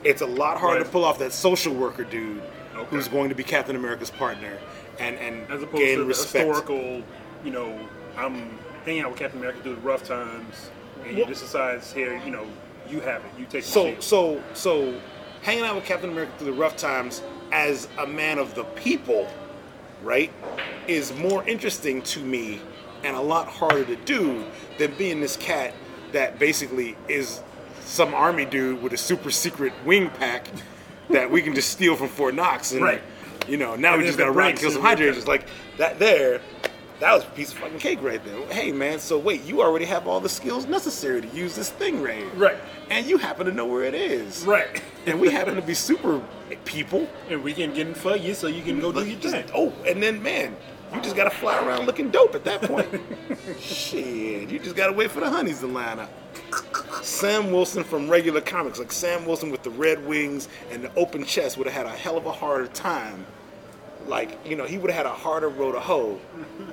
Speaker 4: It's a lot harder
Speaker 3: Right.
Speaker 4: to pull off that social worker dude
Speaker 3: Okay.
Speaker 4: who's going to be Captain America's partner and and
Speaker 3: as opposed
Speaker 4: gain
Speaker 3: to the
Speaker 4: respect.
Speaker 3: historical, you know, I'm hanging out with Captain America through the rough times, and he
Speaker 4: Well-
Speaker 3: just decides here, you know, You have it. You take the
Speaker 4: So
Speaker 3: shield.
Speaker 4: so so hanging out with Captain America through the rough times as a man of the people, right, is more interesting to me and a lot harder to do than being this cat that basically is some army dude with a super secret wing pack that we can just steal from Fort Knox and
Speaker 3: Right.
Speaker 4: you know, now
Speaker 3: And
Speaker 4: we
Speaker 3: if
Speaker 4: just
Speaker 3: it
Speaker 4: gotta run and
Speaker 3: breaks,
Speaker 4: kill some
Speaker 3: it's-
Speaker 4: hydra agents. Like that there, that was a piece of fucking cake right there. Hey man, so wait, you already have all the skills necessary to use this thing right here.
Speaker 3: Right.
Speaker 4: And you happen to know where it is.
Speaker 3: Right.
Speaker 4: And we happen to be super people.
Speaker 3: And we can get in for you so you can go do
Speaker 4: Like,
Speaker 3: your
Speaker 4: just-
Speaker 3: thing.
Speaker 4: oh, and then man, you just gotta fly around looking dope at that point. Shit, you just gotta wait for the honeys to line up. Sam Wilson from regular comics, like Sam Wilson with the red wings and the open chest, would have had a hell of a harder time. Like, you know, he would have had a harder road to hoe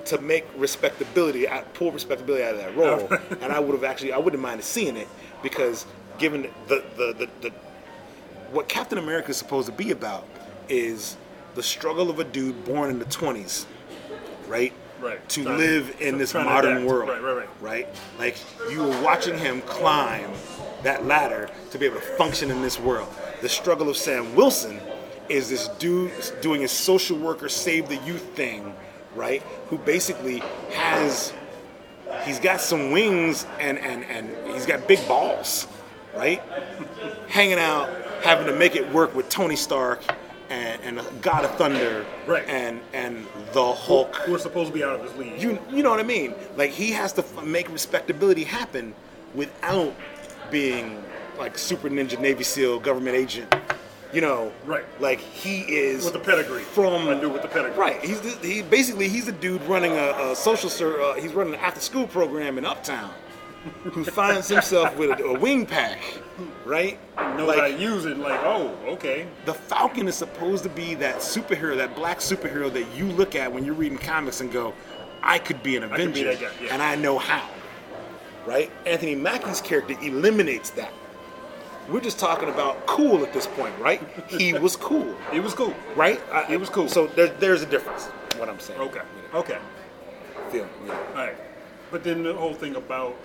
Speaker 4: to make respectability, out, pull respectability out of that role. and I would have actually, I wouldn't mind seeing it because given the, the, the, the what Captain America is supposed to be about is the struggle of a dude born in the 20s, right?
Speaker 3: Right.
Speaker 4: To
Speaker 3: Trying-
Speaker 4: live in this
Speaker 3: trying to
Speaker 4: modern
Speaker 3: adapt.
Speaker 4: world.
Speaker 3: Right, right, right.
Speaker 4: Right? Like you were watching him climb that ladder to be able to function in this world. The struggle of Sam Wilson is this dude doing his social worker save the youth thing, right? Who basically has he's got some wings and and and he's got big balls, right? Hanging out, having to make it work with Tony Stark and, and God of Thunder
Speaker 3: Right.
Speaker 4: and and the Hulk.
Speaker 3: We're supposed to be out of this league.
Speaker 4: You you know what I mean? Like he has to f- make respectability happen without being like super ninja Navy SEAL government agent. You know,
Speaker 3: Right.
Speaker 4: Like he is
Speaker 3: With the pedigree.
Speaker 4: from
Speaker 3: A dude with the pedigree.
Speaker 4: Right. He's the, he basically he's a dude running a, a social ser, uh, he's running an after school program in Uptown, who finds himself with a, a wing pack, right?
Speaker 3: know how to use it. Like, oh, okay.
Speaker 4: the Falcon is supposed to be that superhero, that black superhero that you look at when you're reading comics and go, I could be an Avenger,
Speaker 3: could be that guy, yeah.
Speaker 4: and I know how. Right? Anthony Mackie's character eliminates that. We're just talking about cool at this point, right? He was cool,
Speaker 3: It was cool.
Speaker 4: right? I-
Speaker 3: It was cool.
Speaker 4: So there, there's a difference. What I'm saying.
Speaker 3: Okay.
Speaker 4: You know,
Speaker 3: Okay.
Speaker 4: feel, you know.
Speaker 3: All right. But then the whole thing about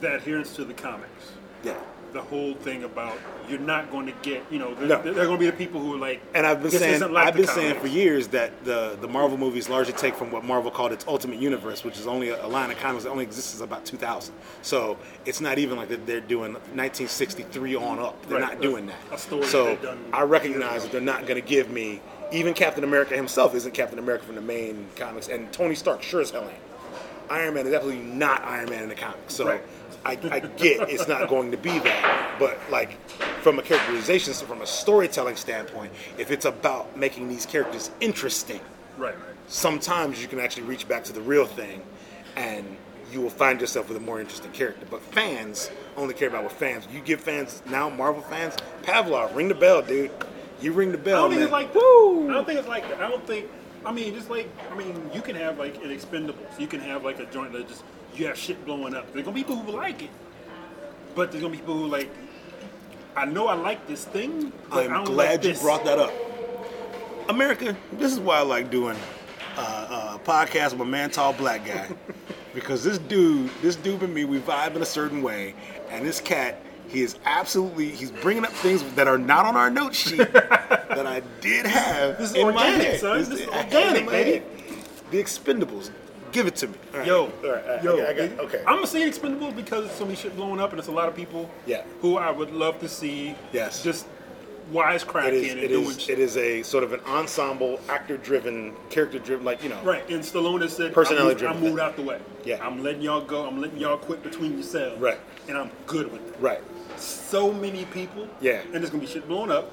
Speaker 3: the adherence to the comics.
Speaker 4: Yeah.
Speaker 3: The whole thing about you're not going to get, you know, there,
Speaker 4: No.
Speaker 3: there are going to be the people who are like,
Speaker 4: And I've been
Speaker 3: this
Speaker 4: saying,
Speaker 3: isn't like
Speaker 4: I've
Speaker 3: the
Speaker 4: been saying for
Speaker 3: comics.
Speaker 4: years that the the Marvel movies largely take from what Marvel called its Ultimate Universe, which is only a, a line of comics that only exists since about 2000. So it's not even like that they're doing 1963 on up. They're
Speaker 3: Right.
Speaker 4: not doing that.
Speaker 3: A story
Speaker 4: so
Speaker 3: they've done
Speaker 4: I recognize that they're not going to give me. Even Captain America himself isn't Captain America from the main comics, and Tony Stark sure as hell ain't. Iron Man is absolutely not Iron Man in the comics. So
Speaker 3: Right.
Speaker 4: I, I get it's not going to be that, but like from a characterization, from a storytelling standpoint, if it's about making these characters interesting,
Speaker 3: Right.
Speaker 4: sometimes you can actually reach back to the real thing, and you will find yourself with a more interesting character. But fans only care about what fans. You give fans now, Marvel fans, Pavlov, ring the bell, dude. You ring the
Speaker 3: I
Speaker 4: bell,
Speaker 3: don't think
Speaker 4: man.
Speaker 3: it's like
Speaker 4: Woo!
Speaker 3: I don't think it's like that. I don't think. I mean, just like I mean, you can have like an Expendables. You can have like a joint that just you have shit blowing up. There's gonna be people who like it, but there's gonna be people who like. I know I like this thing. But I
Speaker 4: I'm
Speaker 3: don't
Speaker 4: glad
Speaker 3: like
Speaker 4: you
Speaker 3: this.
Speaker 4: brought that up. America, this is why I like doing uh, uh, podcasts with a man, tall black guy, because this dude, this dude and me, we vibe in a certain way, and this cat, he is absolutely, he's bringing up things that are not on our note sheet that I did have
Speaker 3: This is
Speaker 4: in my
Speaker 3: organic,
Speaker 4: head.
Speaker 3: son. This is
Speaker 4: I had
Speaker 3: organic,
Speaker 4: in my
Speaker 3: baby.
Speaker 4: head. The Expendables, give it to me. All right.
Speaker 3: Yo,
Speaker 4: All right, all right,
Speaker 3: yo,
Speaker 4: okay, I got- okay.
Speaker 3: I'm gonna say Expendables because it's so many shit blowing up, and it's a lot of people.
Speaker 4: Yeah.
Speaker 3: Who I would love to see.
Speaker 4: Yes.
Speaker 3: Just wisecracking
Speaker 4: it is,
Speaker 3: and
Speaker 4: it
Speaker 3: doing
Speaker 4: is,
Speaker 3: shit.
Speaker 4: it is a sort of an ensemble, actor-driven, character-driven, like you know,
Speaker 3: Right, and Stallone has said,
Speaker 4: Personality
Speaker 3: I moved, I
Speaker 4: driven.
Speaker 3: moved out the way.
Speaker 4: Yeah.
Speaker 3: I'm letting y'all go. I'm letting y'all quit between yourselves.
Speaker 4: Right.
Speaker 3: And I'm good with it.
Speaker 4: right.
Speaker 3: So many people.
Speaker 4: Yeah.
Speaker 3: And there's gonna be shit blowing up.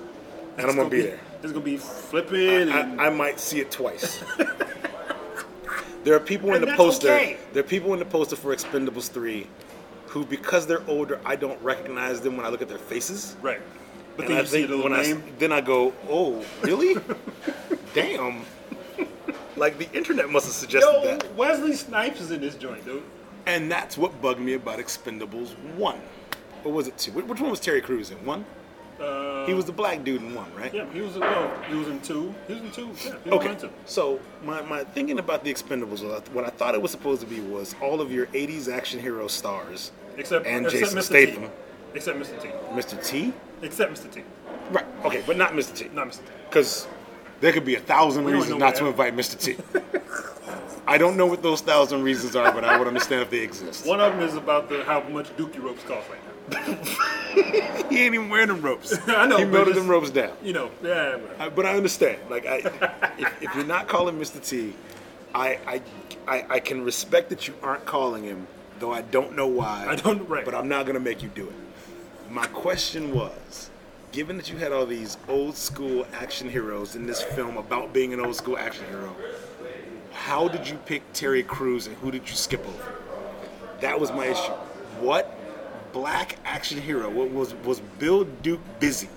Speaker 4: And I'm
Speaker 3: It's
Speaker 4: gonna be there.
Speaker 3: It's gonna be flipping and
Speaker 4: I, I might see it twice. there are people in
Speaker 3: And
Speaker 4: the
Speaker 3: that's
Speaker 4: poster.
Speaker 3: okay.
Speaker 4: There are people in the poster for Expendables three, who because they're older, I don't recognize them when I look at their faces.
Speaker 3: right. But
Speaker 4: And
Speaker 3: then
Speaker 4: I
Speaker 3: you see
Speaker 4: think
Speaker 3: the
Speaker 4: when
Speaker 3: little name.
Speaker 4: I then I go, oh really? Damn. like the internet must have suggested
Speaker 3: Yo,
Speaker 4: that.
Speaker 3: Wesley Snipes is in this joint, dude.
Speaker 4: And that's what bugged me about Expendables one. Or was it two? Wh- Which one was Terry Crews in? One.
Speaker 3: Uh,
Speaker 4: He was the black dude in one, right?
Speaker 3: yeah, he was in no, he was in two. He was in two. Yeah, he was
Speaker 4: Okay.
Speaker 3: in two.
Speaker 4: So my, my thinking about the Expendables, was what I thought it was supposed to be was all of your '80s action hero stars,
Speaker 3: Except-
Speaker 4: and
Speaker 3: except
Speaker 4: Jason
Speaker 3: Mr.
Speaker 4: Statham,
Speaker 3: T. Except Mr. T.
Speaker 4: Mr. T?
Speaker 3: Except Mr. T.
Speaker 4: Right. Okay, but not Mr. T.
Speaker 3: Not Mr. T.
Speaker 4: Because there could be a thousand
Speaker 3: don't
Speaker 4: reasons
Speaker 3: know
Speaker 4: not
Speaker 3: what
Speaker 4: to invite Mr. T. I don't know what those thousand reasons are, but I would understand if they exist.
Speaker 3: One of them is about the how much Dookie ropes cost right now.
Speaker 4: He ain't even wearing them ropes.
Speaker 3: I know,
Speaker 4: He
Speaker 3: but
Speaker 4: melted
Speaker 3: just-
Speaker 4: them ropes down.
Speaker 3: You know, yeah. whatever.
Speaker 4: I- but I understand. Like I, if, if you're not calling Mr. T, I, I, I, I can respect that you aren't calling him, though I don't know why.
Speaker 3: I don't- right.
Speaker 4: But I'm not gonna make you do it. My question was, given that you had all these old school action heroes in this film about being an old school action hero, how did you pick Terry Crews and who did you skip over? That was my issue. What black action hero what was was Bill Duke busy?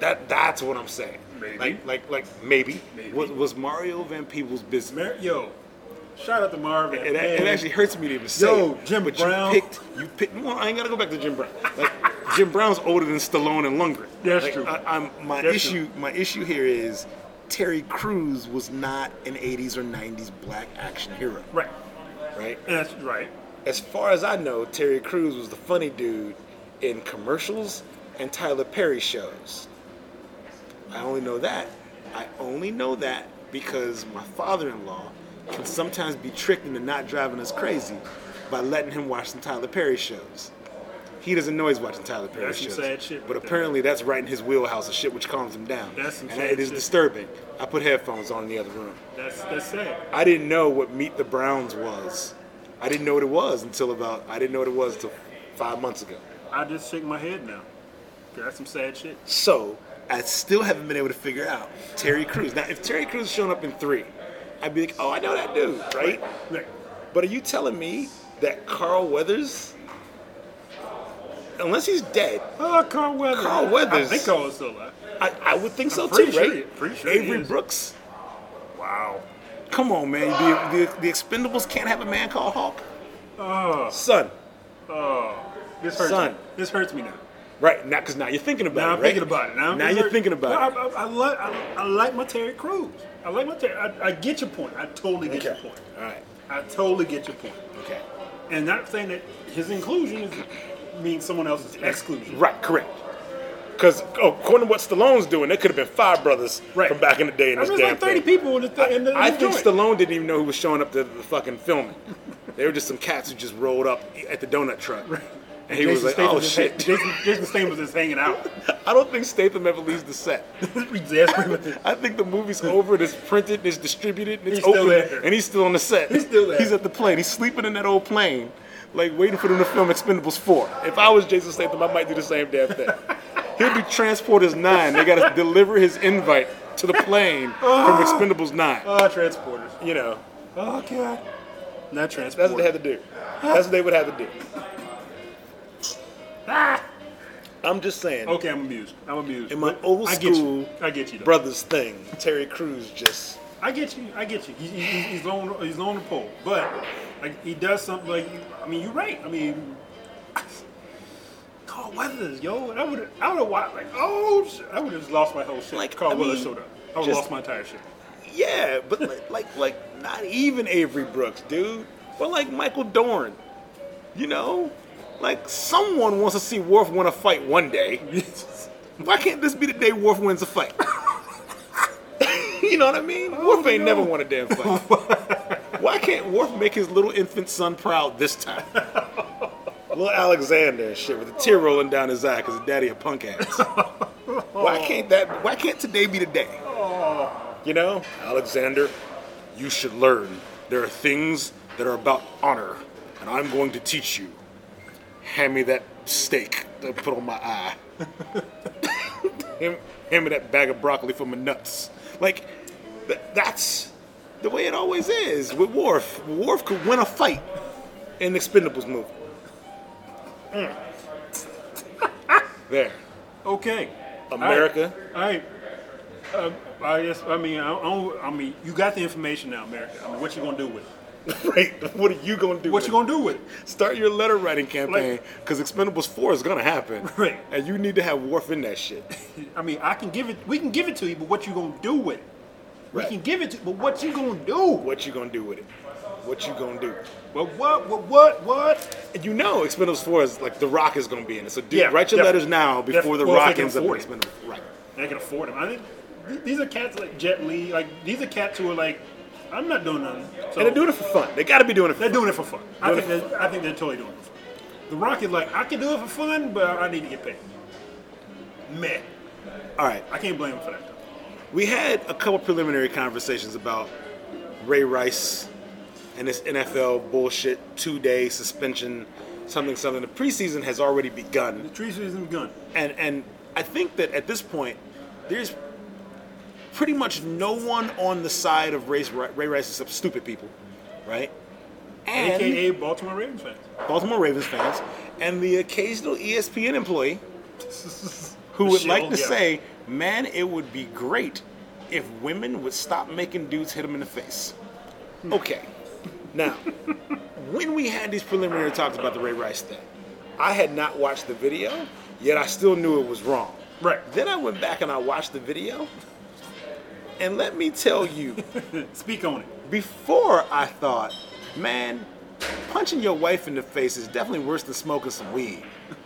Speaker 4: That that's what I'm saying.
Speaker 3: Maybe.
Speaker 4: Like like like maybe.
Speaker 3: Maybe.
Speaker 4: Was was Mario Van Peebles busy?
Speaker 3: Mar- Yo, shout out to Marvin.
Speaker 4: it, it actually hurts me to even say.
Speaker 3: Yo,
Speaker 4: it,
Speaker 3: Jim
Speaker 4: but
Speaker 3: Brown.
Speaker 4: You picked. You picked. Well, I ain't gotta go back to Jim Brown. Like Jim Brown's older than Stallone and Lundgren.
Speaker 3: That's
Speaker 4: Like,
Speaker 3: true.
Speaker 4: I, am my
Speaker 3: That's
Speaker 4: issue. My issue here is Terry Crews was not an '80s or '90s black action hero.
Speaker 3: Right.
Speaker 4: Right.
Speaker 3: And that's right.
Speaker 4: As far as I know, Terry Crews was the funny dude in commercials and Tyler Perry shows. I only know that. I only know that because my father-in-law can sometimes be tricked into not driving us crazy by letting him watch some Tyler Perry shows. He doesn't know he's watching Tyler Perry
Speaker 3: That's some
Speaker 4: shows.
Speaker 3: sad shit
Speaker 4: But
Speaker 3: right there.
Speaker 4: apparently that's right in his wheelhouse of shit which calms him down.
Speaker 3: That's some
Speaker 4: and
Speaker 3: sad
Speaker 4: it is
Speaker 3: shit.
Speaker 4: disturbing. I put headphones on in the other room.
Speaker 3: That's that's sad.
Speaker 4: I didn't know what Meet the Browns was. I didn't know what it was until about I didn't know what it was until five months ago.
Speaker 3: I just shake my head now. That's some sad shit.
Speaker 4: So I still haven't been able to figure out Terry Crews. Now, if Terry Crews shown up in three, I'd be like, oh, I know that dude, right?
Speaker 3: Look,
Speaker 4: But are you telling me that Carl Weathers, unless he's dead,
Speaker 3: oh, Carl Weathers.
Speaker 4: Carl Weathers.
Speaker 3: I think Carl is still alive.
Speaker 4: I, I would think so
Speaker 3: I'm
Speaker 4: too,
Speaker 3: pretty sure he-
Speaker 4: right?
Speaker 3: pretty sure he
Speaker 4: Avery
Speaker 3: is.
Speaker 4: Brooks.
Speaker 3: Wow.
Speaker 4: Come on, man. The, the, the Expendables can't have a man called Hawk.
Speaker 3: Oh,
Speaker 4: Son.
Speaker 3: this hurts.
Speaker 4: Son.
Speaker 3: Me. This hurts me now.
Speaker 4: Right, now because now you're thinking about
Speaker 3: Now
Speaker 4: it.
Speaker 3: I'm
Speaker 4: right?
Speaker 3: thinking about it. Now, I'm
Speaker 4: now
Speaker 3: just
Speaker 4: you're
Speaker 3: hurt-
Speaker 4: thinking about it.
Speaker 3: No, I, I, I like I, I like my Terry Crews. I like my Terry. I, I get your point. I totally get your point.
Speaker 4: All right.
Speaker 3: I totally get your point.
Speaker 4: Okay.
Speaker 3: And not saying that his inclusion is, means someone else's exclusion.
Speaker 4: Right. Correct. Because according to what Stallone's doing, there could have been five brothers
Speaker 3: Right.
Speaker 4: from back in the day in
Speaker 3: I
Speaker 4: this
Speaker 3: mean, it's
Speaker 4: damn
Speaker 3: like 30
Speaker 4: thing.
Speaker 3: people in the, th- in the, in
Speaker 4: I
Speaker 3: the
Speaker 4: think
Speaker 3: joint.
Speaker 4: Stallone didn't even know who was showing up to the fucking filming. they were just some cats who just rolled up at the donut truck, and he was
Speaker 3: Jason
Speaker 4: like,
Speaker 3: Statham
Speaker 4: "Oh
Speaker 3: just-
Speaker 4: shit."
Speaker 3: Jason, Jason Statham is hanging out.
Speaker 4: I don't think Statham ever leaves the set.
Speaker 3: Exasperated.
Speaker 4: I think the movie's over. It's printed. It's distributed. And it's
Speaker 3: He's still
Speaker 4: open.
Speaker 3: there.
Speaker 4: And he's still on the set.
Speaker 3: He's still there.
Speaker 4: He's at the plane. He's sleeping in that old plane, like waiting for them to film Expendables Four. If I was Jason Statham, I might do the same damn thing. He'll be Transporters Nine. They gotta deliver his invite to the plane from Expendables Nine.
Speaker 3: oh, transporters.
Speaker 4: You know,
Speaker 3: Oh, God. Not transporters.
Speaker 4: that's what they had to do. That's what they would have to do. I'm just saying.
Speaker 3: Okay, I'm amused. I'm amused.
Speaker 4: In my
Speaker 3: But
Speaker 4: old
Speaker 3: I get
Speaker 4: school
Speaker 3: you. I get you. Though.
Speaker 4: Brothers thing. Terry Crews just.
Speaker 3: I get you. I get you. He, he, he's on. He's on the pole, but like he does something. Like I mean, you're right. I mean, Carl Weathers, yo. I would. I would have watched. Like, oh, shit. I would have just lost my whole shit.
Speaker 4: Like,
Speaker 3: Carl
Speaker 4: I
Speaker 3: Weathers
Speaker 4: mean,
Speaker 3: showed up. I would have
Speaker 4: just-
Speaker 3: lost my entire shit.
Speaker 4: Yeah, but like, like, like not even Avery Brooks, dude. Or like Michael Dorn. You know? Like someone wants to see Worf win a fight one day. Why can't this be the day Worf wins a fight? you know what I mean? Worf ain't never won a damn fight. Why can't Worf make his little infant son proud this time? little Alexander and shit with a tear rolling down his eye because his daddy a punk ass. Why can't that? Why can't today be the day? You know, Alexander, you should learn. There are things that are about honor, and I'm going to teach you. Hand me that steak to put on my eye. hand, hand me that bag of broccoli for my nuts. Like, th- that's the way it always is with Worf. Worf could win a fight in the Expendables movie. Mm. there.
Speaker 3: Okay.
Speaker 4: America.
Speaker 3: All right. All right. Uh, I guess. I mean. I, don't, I mean. You got the information now, America. I mean, what you gonna do with it?
Speaker 4: Right. What are you going to do?
Speaker 3: What
Speaker 4: with
Speaker 3: you
Speaker 4: it?
Speaker 3: gonna do with it?
Speaker 4: Start your letter writing campaign because Expendables 4 is going to happen.
Speaker 3: Right.
Speaker 4: And you need to have Worf in that shit.
Speaker 3: I mean, I can give it. We can give it to you, but what you gonna do with it?
Speaker 4: Right.
Speaker 3: We can give it to, but what you gonna do?
Speaker 4: What you going to do with it? What you gonna do? Well, what, what, what, what? And you know, Expendables Four is like The Rock is gonna be in it. So, dude,
Speaker 3: Yeah,
Speaker 4: write your
Speaker 3: def-
Speaker 4: letters now
Speaker 3: def-
Speaker 4: before The
Speaker 3: well, if they
Speaker 4: Rock
Speaker 3: can
Speaker 4: ends up in
Speaker 3: afford it.
Speaker 4: Expendables. Right.
Speaker 3: and I can afford them. I think th- these are cats like Jet Li. Like these are cats who are like, I'm not doing nothing. So
Speaker 4: and they're doing it for fun. They gotta be doing it. For
Speaker 3: They're doing it for fun. I
Speaker 4: Doing
Speaker 3: think, they're, I think they're totally doing it for fun. The Rock is like, I can do it for fun, but I need to get paid. Meh.
Speaker 4: All right.
Speaker 3: I can't blame him for that. Though.
Speaker 4: We had a couple preliminary conversations about Ray Rice and this NFL bullshit two day suspension, something, something. The preseason has already begun.
Speaker 3: The tree season gun.
Speaker 4: And, and I think that at this point, there's pretty much no one on the side of Ray, Ray Rice except stupid people, right? And
Speaker 3: AKA Baltimore Ravens fans.
Speaker 4: Baltimore Ravens fans and the occasional E ESPN employee who would like to
Speaker 3: Shield, yeah.
Speaker 4: say, man, it would be great if women would stop making dudes hit them in the face.
Speaker 3: Hmm.
Speaker 4: Okay. Now, when we had these preliminary talks about the Ray Rice thing, I had not watched the video, yet I still knew it was wrong.
Speaker 3: Right.
Speaker 4: Then I went back and I watched the video, and let me tell you,
Speaker 3: Speak on it.
Speaker 4: before I thought, man, punching your wife in the face is definitely worse than smoking some weed.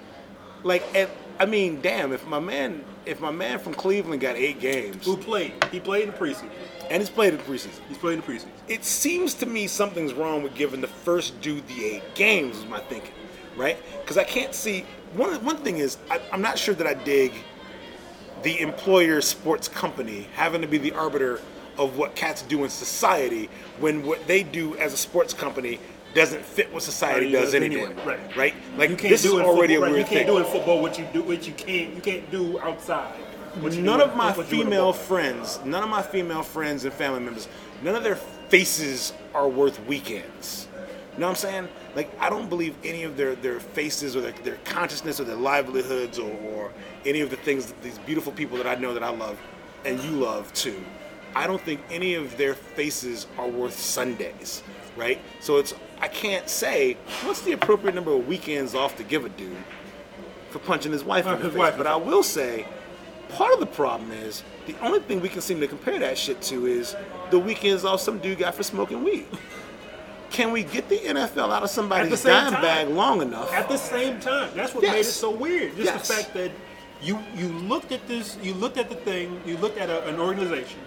Speaker 4: Like, and, I mean, damn, if my man, if my man from Cleveland got eight games
Speaker 3: Who played? He played in the preseason.
Speaker 4: and he's played in preseason,
Speaker 3: He's played in the preseason.
Speaker 4: it seems to me something's wrong with giving the first dude the eight games. Is my thinking, right? Because I can't see one. One thing is, I, I'm not sure that I dig the employer sports company having to be the arbiter of what cats do in society when what they do as a sports company doesn't fit what society
Speaker 3: Already
Speaker 4: does
Speaker 3: does
Speaker 4: anyway.
Speaker 3: anyway, right.
Speaker 4: Right. Like
Speaker 3: You can't
Speaker 4: this
Speaker 3: do
Speaker 4: is
Speaker 3: in
Speaker 4: already
Speaker 3: football,
Speaker 4: a
Speaker 3: right,
Speaker 4: weird
Speaker 3: You can't
Speaker 4: thing.
Speaker 3: do in football what you do, what you can't, you can't do outside. What you do
Speaker 4: none
Speaker 3: in-
Speaker 4: of my
Speaker 3: what you do in
Speaker 4: female
Speaker 3: football.
Speaker 4: friends, none of my female friends and family members, none of their faces are worth weekends. You know what I'm saying? Like I don't believe any of their, their faces or their, their consciousness or their livelihoods or, or any of the things that these beautiful people that I know that I love and you love too. I don't think any of their faces are worth Sundays, right? So it's I can't say what's the appropriate number of weekends off to give a dude for punching his wife in the
Speaker 3: Uh, His
Speaker 4: face.
Speaker 3: wife.
Speaker 4: But I will say, part of the problem is the only thing we can seem to compare that shit to is the weekends off some dude got for smoking weed. Can we get the NFL out of somebody's
Speaker 3: same
Speaker 4: dime
Speaker 3: time.
Speaker 4: bag long enough?
Speaker 3: At the same time, that's what
Speaker 4: Yes.
Speaker 3: made it so weird. Just
Speaker 4: Yes.
Speaker 3: the fact that you you looked at this, you looked at the thing, you looked at a, an organization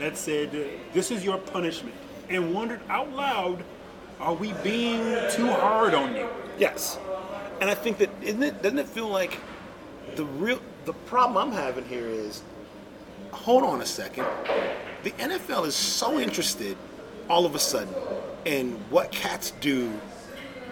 Speaker 3: that said, "This is your punishment," and wondered out loud, "Are we being too hard on you?"
Speaker 4: Yes, and I think that isn't it, doesn't it feel like the real the problem I'm having here is hold on a second. The NFL is so interested all of a sudden in what cats do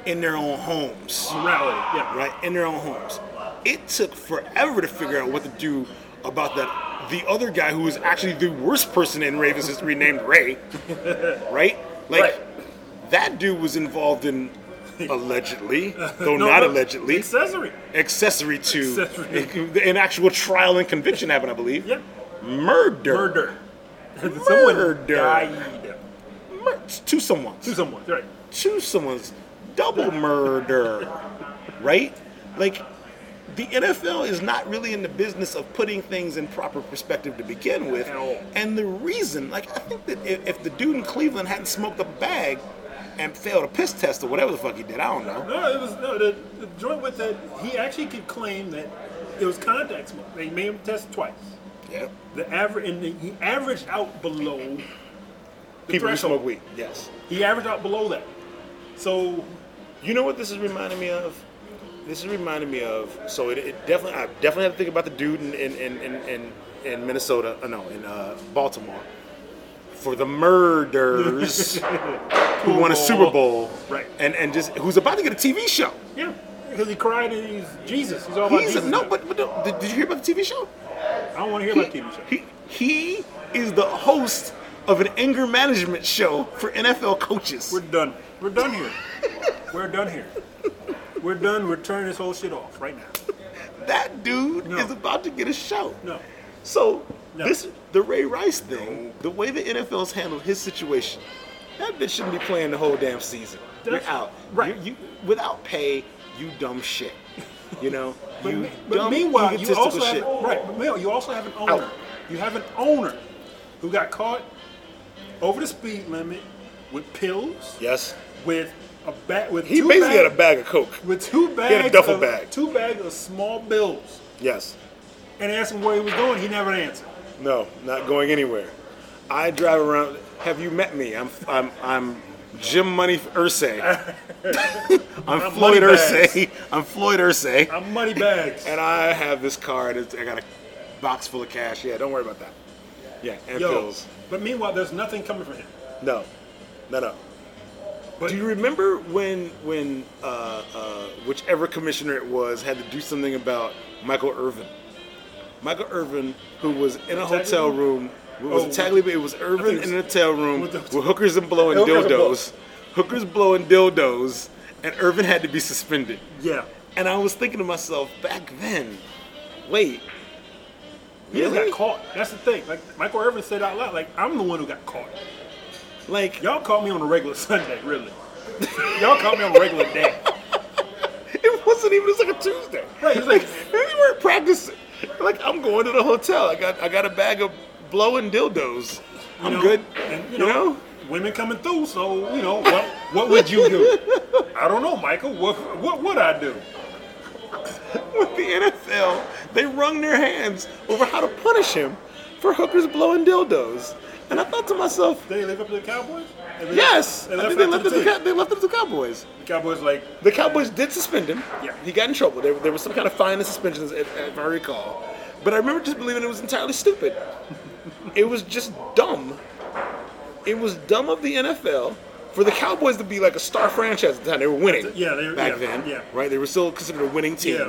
Speaker 4: in their own homes.
Speaker 3: Morality, yeah,
Speaker 4: right, in their own homes. It took forever to figure out what to do about that. The other guy who was actually the worst person in Ravens history, named Ray, right? Like that dude was involved in allegedly, though
Speaker 3: No,
Speaker 4: not
Speaker 3: no,
Speaker 4: allegedly,
Speaker 3: accessory.
Speaker 4: accessory to
Speaker 3: Accessory.
Speaker 4: an actual trial and conviction happened, I believe.
Speaker 3: Yeah,
Speaker 4: Murder.
Speaker 3: murder.
Speaker 4: Murder.
Speaker 3: Someone died
Speaker 4: Mur- to someone.
Speaker 3: to someone. Right.
Speaker 4: to someone's double murder, right? Like, the NFL is not really in the business of putting things in proper perspective to begin with.
Speaker 3: At all.
Speaker 4: And the reason, like, I think that if, if the dude in Cleveland hadn't smoked up a bag and failed a piss test or whatever the fuck he did, I don't know.
Speaker 3: No, it was no. The, the joint with that, he actually could claim that it was contact smoke. They made him test twice.
Speaker 4: Yep.
Speaker 3: The average and the, he averaged out below the
Speaker 4: People who
Speaker 3: threshold.
Speaker 4: smoke weed, yes.
Speaker 3: He averaged out below that. So
Speaker 4: You know what this is reminding me of? This is reminding me of. So it, it definitely, I definitely have to think about the dude in in in in, in, in Minnesota. Uh, no, in uh, Baltimore for the murders who won a Super Bowl,
Speaker 3: Right.
Speaker 4: And and just who's about to get a TV show.
Speaker 3: yeah, because he cried and he's Jesus. He's all about
Speaker 4: He's a,
Speaker 3: Jesus.
Speaker 4: no,
Speaker 3: now.
Speaker 4: but, but no, did, did you hear about the TV show?
Speaker 3: I don't want to hear about TV show.
Speaker 4: He, he is the host of an anger management show for NFL coaches.
Speaker 3: We're done. We're done here. We're done here. We're done. We're turning this whole shit off right now.
Speaker 4: that dude
Speaker 3: No.
Speaker 4: is about to get a show.
Speaker 3: No.
Speaker 4: So
Speaker 3: No.
Speaker 4: this the Ray Rice thing, the way the NFL's handled his situation, that bitch shouldn't be playing the whole damn season.
Speaker 3: That's-
Speaker 4: You're out.
Speaker 3: right.
Speaker 4: You, you without pay, you dumb shit. You know?
Speaker 3: But,
Speaker 4: you
Speaker 3: me- but
Speaker 4: dumb
Speaker 3: meanwhile, you
Speaker 4: egotistical
Speaker 3: also have
Speaker 4: shit.
Speaker 3: right. But meanwhile, you also have an owner.
Speaker 4: Out.
Speaker 3: You have an owner who got caught over the speed limit with pills,
Speaker 4: Yes.
Speaker 3: with a bag, with
Speaker 4: He
Speaker 3: two
Speaker 4: basically had
Speaker 3: bags,
Speaker 4: a bag of coke.
Speaker 3: with two bags,
Speaker 4: duffel
Speaker 3: of,
Speaker 4: bag.
Speaker 3: two bags of small bills,
Speaker 4: Yes.
Speaker 3: and asked him where he was going. He never answered.
Speaker 4: No, not going anywhere. I drive around. Have you met me? I'm I'm I'm Jim Money Ursay. I'm,
Speaker 3: I'm
Speaker 4: Floyd
Speaker 3: Moneybags.
Speaker 4: Ursay. I'm Floyd Ursay.
Speaker 3: I'm money bags.
Speaker 4: And I have this card. It's, I got a box full of cash. Yeah, don't worry about that. Yeah, and
Speaker 3: Yo,
Speaker 4: pills.
Speaker 3: but meanwhile, there's nothing coming from him.
Speaker 4: No, no, no.
Speaker 3: But
Speaker 4: Do you remember when when uh, uh, whichever commissioner it was had to do something about Michael Irvin? Michael Irvin, who was in a
Speaker 3: Tag
Speaker 4: hotel
Speaker 3: League?
Speaker 4: room, it was
Speaker 3: Oh,
Speaker 4: a tag league, but it was Irvin
Speaker 3: it was-
Speaker 4: in a hotel room
Speaker 3: with the-
Speaker 4: with hookers and blowing
Speaker 3: Hookers and blow-
Speaker 4: dildos, hookers blowing dildos, and Irvin had to be suspended.
Speaker 3: yeah,
Speaker 4: And I was thinking to myself back then, wait,
Speaker 3: he just
Speaker 4: Really?
Speaker 3: got caught. That's the thing. Like Michael Irvin said out loud, like I'm the one who got caught.
Speaker 4: like
Speaker 3: Y'all caught me on a regular Sunday, really. Y'all caught me on a regular day.
Speaker 4: It wasn't even. It was like a Tuesday.
Speaker 3: Right, it was like-
Speaker 4: we weren't practicing. Like I'm going to the hotel. I got I got a bag of blowing dildos.
Speaker 3: You
Speaker 4: I'm
Speaker 3: know,
Speaker 4: good.
Speaker 3: And, you, know, women coming through. So you know, what what would you do? I don't know, Michael. What what would I do?
Speaker 4: with the NFL, they wrung their hands over how to punish him for hookers blowing dildos. And I thought to myself,
Speaker 3: Did they live up to the Cowboys? And they-
Speaker 4: yes,
Speaker 3: Oh, they
Speaker 4: I
Speaker 3: left,
Speaker 4: think they left
Speaker 3: to
Speaker 4: it
Speaker 3: the,
Speaker 4: to
Speaker 3: team.
Speaker 4: Cow- they left it to the Cowboys.
Speaker 3: the Cowboys. Like
Speaker 4: The Cowboys did suspend him.
Speaker 3: Yeah.
Speaker 4: He got in trouble. There, there was some kind of fine and suspensions, if, if I recall. But I remember just believing it was entirely stupid. it was just dumb. It was dumb of the NFL for the Cowboys to be like a star franchise at the time. They were winning.
Speaker 3: Yeah, they-
Speaker 4: back
Speaker 3: yeah,
Speaker 4: then.
Speaker 3: yeah.
Speaker 4: Right? They were still considered a winning team.
Speaker 3: Yeah.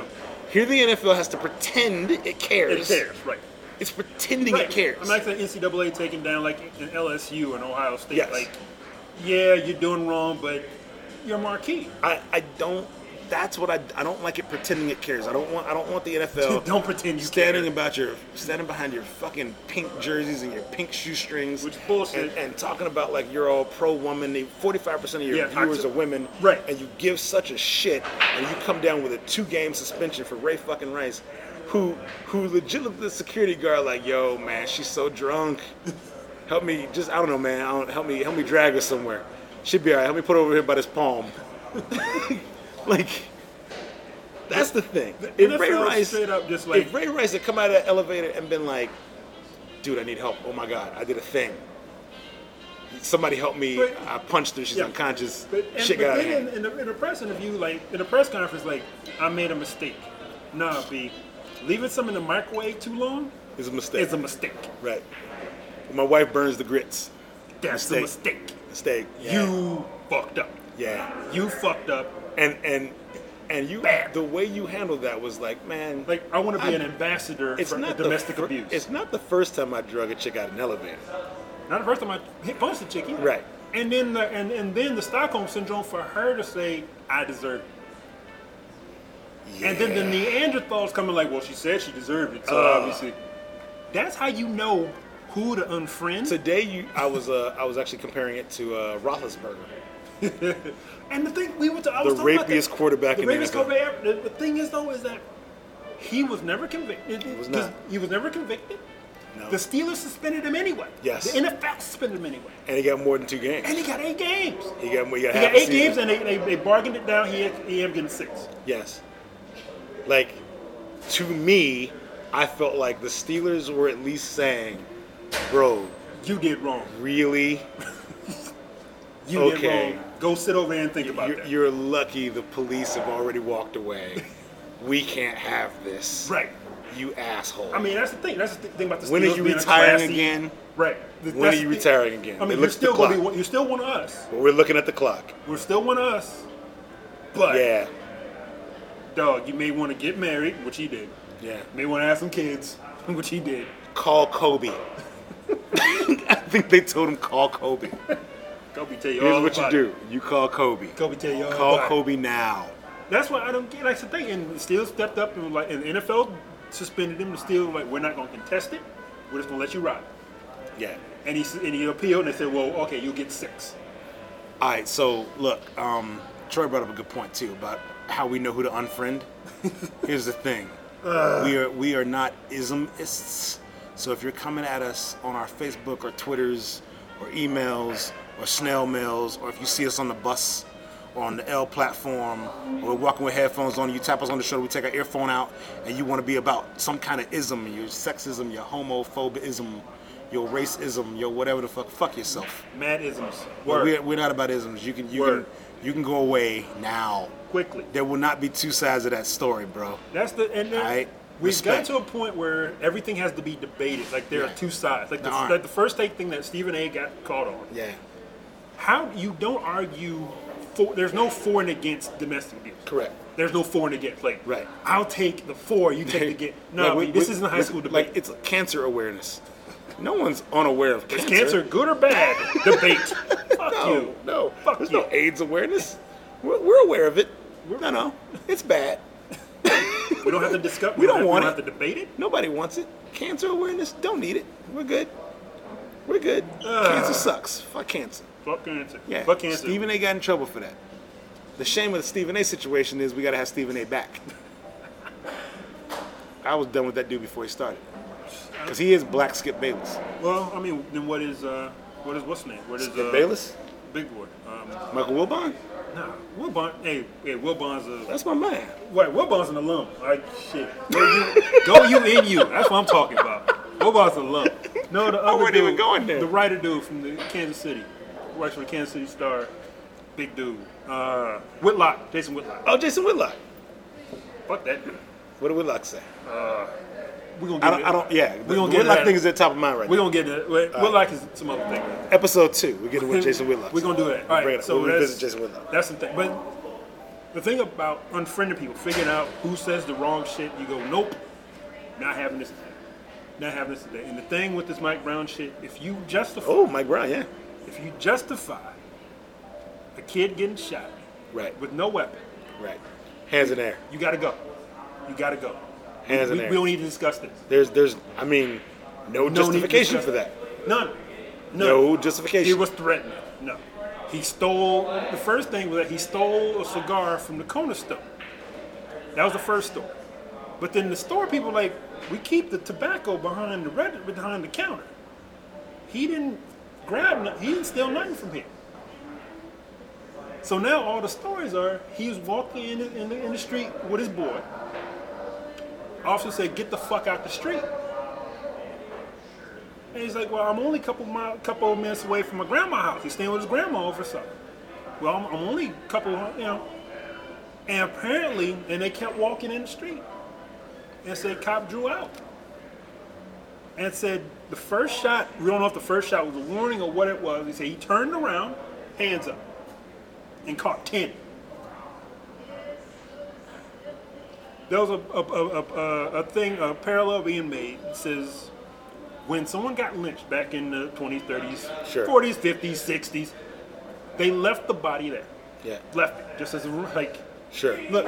Speaker 4: Here the NFL has to pretend it
Speaker 3: it
Speaker 4: cares.
Speaker 3: cares, right?
Speaker 4: It's pretending
Speaker 3: Right.
Speaker 4: it cares.
Speaker 3: I'm like the NCAA taking down like in LSU and Ohio State.
Speaker 4: Yes.
Speaker 3: Like, yeah, you're doing wrong, but you're marquee.
Speaker 4: I, I don't that's what I, I don't like it pretending it cares. I don't want I don't want the NFL
Speaker 3: Don't pretend you
Speaker 4: standing
Speaker 3: care.
Speaker 4: about your standing behind your fucking pink jerseys and your pink shoestrings,
Speaker 3: Which is bullshit.
Speaker 4: and, and talking about like you're all pro woman. Forty five percent of your
Speaker 3: Yeah,
Speaker 4: viewers
Speaker 3: actu-
Speaker 4: are women,
Speaker 3: Right.
Speaker 4: And you give such a shit, and you come down with a two game suspension for Ray fucking Rice, who who legit looked at the security guard like, yo man, she's so drunk. Help me, just I don't know, man. I don't, help me, help me drag her somewhere. She'd be all right. Help me put her over here by this palm. like, that's the thing. If Ray
Speaker 3: NFL
Speaker 4: Rice,
Speaker 3: straight up just like-
Speaker 4: if Ray Rice had come out of that elevator and been like, "Dude, I need help. Oh my God, I did a thing. Somebody help me.
Speaker 3: But-
Speaker 4: I punched her. She's
Speaker 3: Yeah.
Speaker 4: unconscious.
Speaker 3: But, and,
Speaker 4: Shit
Speaker 3: but
Speaker 4: got out of
Speaker 3: then
Speaker 4: hand."
Speaker 3: in, in, the, in the press interview, like in the press conference, like I made a mistake. Nah, B, leaving some in the microwave too long
Speaker 4: It's a mistake.
Speaker 3: is a mistake.
Speaker 4: right. My wife burns the grits.
Speaker 3: That's a mistake.
Speaker 4: Mistake. You.
Speaker 3: You fucked up.
Speaker 4: Yeah.
Speaker 3: You fucked up.
Speaker 4: And and and you.
Speaker 3: Bam.
Speaker 4: The way you handled that was like, man.
Speaker 3: Like I want to be
Speaker 4: I-
Speaker 3: an ambassador
Speaker 4: it's
Speaker 3: for
Speaker 4: not the
Speaker 3: domestic
Speaker 4: fir-
Speaker 3: abuse.
Speaker 4: It's not the first time I drug a chick out of an elevator.
Speaker 3: Not the first time I hit punched the chick either.
Speaker 4: Right.
Speaker 3: And then the and, and then the Stockholm syndrome for her to say I deserve it. And then the Neanderthals coming like, well, she said she deserved it, so
Speaker 4: Uh.
Speaker 3: obviously. That's how you know who to unfriend.
Speaker 4: Today, you, I was uh, I was actually comparing it to uh, Roethlisberger.
Speaker 3: and the thing we were to, I
Speaker 4: The
Speaker 3: was talking about
Speaker 4: rapiest
Speaker 3: that.
Speaker 4: quarterback
Speaker 3: the
Speaker 4: in the
Speaker 3: rapiest
Speaker 4: NFL.
Speaker 3: quarterback ever. The, the thing is though is that he was never convicted. He
Speaker 4: was not.
Speaker 3: He was never convicted.
Speaker 4: No.
Speaker 3: The Steelers suspended him anyway.
Speaker 4: Yes.
Speaker 3: The NFL suspended him anyway.
Speaker 4: and he got more than two games.
Speaker 3: And he got eight games.
Speaker 4: He got, he got,
Speaker 3: He
Speaker 4: half
Speaker 3: got
Speaker 4: a
Speaker 3: eight
Speaker 4: season.
Speaker 3: games and they, they, they bargained it down. He had, he ended up getting six.
Speaker 4: Yes. Like, to me, I felt like the Steelers were at least saying, bro,
Speaker 3: You did wrong.
Speaker 4: really?
Speaker 3: You
Speaker 4: Okay.
Speaker 3: did wrong. Go sit over there and think about
Speaker 4: You're,
Speaker 3: that.
Speaker 4: you're lucky the police have already walked away. we can't have this.
Speaker 3: right.
Speaker 4: You asshole.
Speaker 3: I mean, that's the thing. That's the thing about the
Speaker 4: When are
Speaker 3: Steelers
Speaker 4: you
Speaker 3: being a
Speaker 4: retiring
Speaker 3: classy-
Speaker 4: again?
Speaker 3: Right. Th-
Speaker 4: When
Speaker 3: that's
Speaker 4: are you
Speaker 3: the-
Speaker 4: retiring again?
Speaker 3: I
Speaker 4: They
Speaker 3: mean,
Speaker 4: looked
Speaker 3: you're
Speaker 4: at
Speaker 3: still
Speaker 4: the
Speaker 3: gonna be
Speaker 4: clock.
Speaker 3: one- you're still one of us.
Speaker 4: but we're looking at the clock.
Speaker 3: We're still one of us. But
Speaker 4: Yeah.
Speaker 3: dog, you may want to get married, which he did.
Speaker 4: Yeah.
Speaker 3: You may want to have some kids, which he did.
Speaker 4: Call Kobe. I think they told him call Kobe.
Speaker 3: Kobe tell you
Speaker 4: Here's
Speaker 3: all
Speaker 4: what you
Speaker 3: about it.
Speaker 4: do. You call Kobe.
Speaker 3: Kobe tell you all
Speaker 4: Call
Speaker 3: about it.
Speaker 4: Kobe now.
Speaker 3: That's why I don't get. That's the thing. And Steelers stepped up and like, and the NFL suspended him. The Steelers were like, we're not going to contest it. We're just going to let you ride.
Speaker 4: Yeah.
Speaker 3: And he s- and he appealed and they said, well, okay, you'll get six.
Speaker 4: All right, so look, um, Troy brought up a good point too about how we know who to unfriend. Here's the thing: we are we are not ismists. So if you're coming at us on our Facebook or Twitters or emails or snail mails, or if you see us on the bus or on the L platform, or we're walking with headphones on, you tap us on the shoulder, we take our earphone out, and you want to be about some kind of ism, your sexism, your homophobism, your racism, your whatever the fuck, fuck yourself.
Speaker 3: Mad isms. Word.
Speaker 4: We're, we're not about isms. You can you
Speaker 3: Word.
Speaker 4: can you can go away now.
Speaker 3: Quickly.
Speaker 4: There will not be two sides of that story, bro.
Speaker 3: That's the and that,
Speaker 4: Alright,
Speaker 3: we've
Speaker 4: respect.
Speaker 3: got to a point where everything has to be debated. Like there
Speaker 4: Yeah.
Speaker 3: are two sides. Like the,
Speaker 4: There aren't.
Speaker 3: like the first take thing that Stephen A. got caught on.
Speaker 4: Yeah.
Speaker 3: How you don't argue for? There's no for and against domestic abuse.
Speaker 4: Correct.
Speaker 3: There's no for and against. Like
Speaker 4: Right.
Speaker 3: I'll take the for. You take the against. No,
Speaker 4: Like, we-
Speaker 3: this
Speaker 4: we-
Speaker 3: isn't a high
Speaker 4: listen,
Speaker 3: school debate.
Speaker 4: Like it's cancer awareness. No one's unaware of
Speaker 3: Is
Speaker 4: cancer.
Speaker 3: cancer good or bad? Debate. Fuck
Speaker 4: No,
Speaker 3: you.
Speaker 4: no.
Speaker 3: Fuck
Speaker 4: There's
Speaker 3: you.
Speaker 4: no AIDS awareness. We're, we're aware of it. no, no. It's bad.
Speaker 3: We don't have to discuss.
Speaker 4: We don't
Speaker 3: have- we
Speaker 4: want
Speaker 3: don't
Speaker 4: it.
Speaker 3: have to debate it.
Speaker 4: Nobody wants it. Cancer awareness. Don't need it. We're good. We're good. Cancer sucks. Fuck cancer.
Speaker 3: Fuck cancer.
Speaker 4: Yeah.
Speaker 3: Fuck cancer.
Speaker 4: Stephen A. got in trouble for that. The shame of the Stephen A. situation is we got to have Stephen A. back. I was done with that dude before he started, because he is Black Skip Bayless.
Speaker 3: Well, I mean, then what is uh, what is what's his name? What is uh,
Speaker 4: Bayless,
Speaker 3: Big boy. Um,
Speaker 4: Michael Wilbon.
Speaker 3: Nah, Will Bond. Hey, hey, Will Bond's a
Speaker 4: That's my man.
Speaker 3: wait. Will Bond's an alum. Like shit. Go you, go you in you. That's what I'm talking about. Will Bond's an alum. No, the other
Speaker 4: wasn't
Speaker 3: dude,
Speaker 4: even going there.
Speaker 3: The writer dude from the Kansas City, writes for the Kansas City Star. Big dude. Uh, Whitlock. Jason Whitlock.
Speaker 4: Oh, Jason Whitlock.
Speaker 3: Fuck that dude.
Speaker 4: What did Whitlock say?
Speaker 3: We gonna get.
Speaker 4: I don't. I don't. Yeah,
Speaker 3: We gonna get
Speaker 4: Whitlock
Speaker 3: that.
Speaker 4: thing is at the top of mind right
Speaker 3: We
Speaker 4: now.
Speaker 3: gonna get that. Wait, Whitlock is some other thing.
Speaker 4: Episode two, we get it with Uh, Jason Whitlock.
Speaker 3: We're gonna do that. All right.
Speaker 4: Bring it up.
Speaker 3: so
Speaker 4: We'll
Speaker 3: that's,
Speaker 4: revisit Jason Whitlock.
Speaker 3: That's the thing. But the thing about unfriending people, figuring out who says the wrong shit, you go, nope, not having this, not having this today. And the thing with this Mike Brown shit, if you justify,
Speaker 4: Oh, Mike Brown. Yeah.
Speaker 3: if you justify a kid getting shot
Speaker 4: Right.
Speaker 3: with no weapon,
Speaker 4: Right. Hands in air.
Speaker 3: you gotta go. You gotta go.
Speaker 4: Hands
Speaker 3: We,
Speaker 4: in air.
Speaker 3: we don't need to discuss this.
Speaker 4: there's. There's. I mean,
Speaker 3: No
Speaker 4: no,
Speaker 3: need to
Speaker 4: justification
Speaker 3: discuss
Speaker 4: for that.
Speaker 3: it. None. None.
Speaker 4: No justification.
Speaker 3: He was threatening. No. He stole, the first thing was that he stole a cigar from the corner store. That was the first store. But then the store people were like, we keep the tobacco behind the red, behind the counter. He didn't grab, no- he didn't steal nothing from him. So now all the stories are he was walking in the, in the, in the street with his boy. Officer said, "Get the fuck out the street." And he's like, "Well, I'm only a couple mile, couple of minutes away from my grandma's house. He's staying with his grandma over something. Well, I'm, I'm only a couple, you know." And apparently, and they kept walking in the street, and said, "Cop drew out." And said the first shot. We don't know if the first shot was a warning or what it was. He said he turned around, hands up, and caught ten. There was a, a, a, a, a- a thing, a parallel being made. that says when someone got lynched back in the 20s, 30s,
Speaker 4: Sure.
Speaker 3: 40s, 50s, 60s, they left the body there.
Speaker 4: Yeah.
Speaker 3: Left it just as a, like,
Speaker 4: Sure.
Speaker 3: look,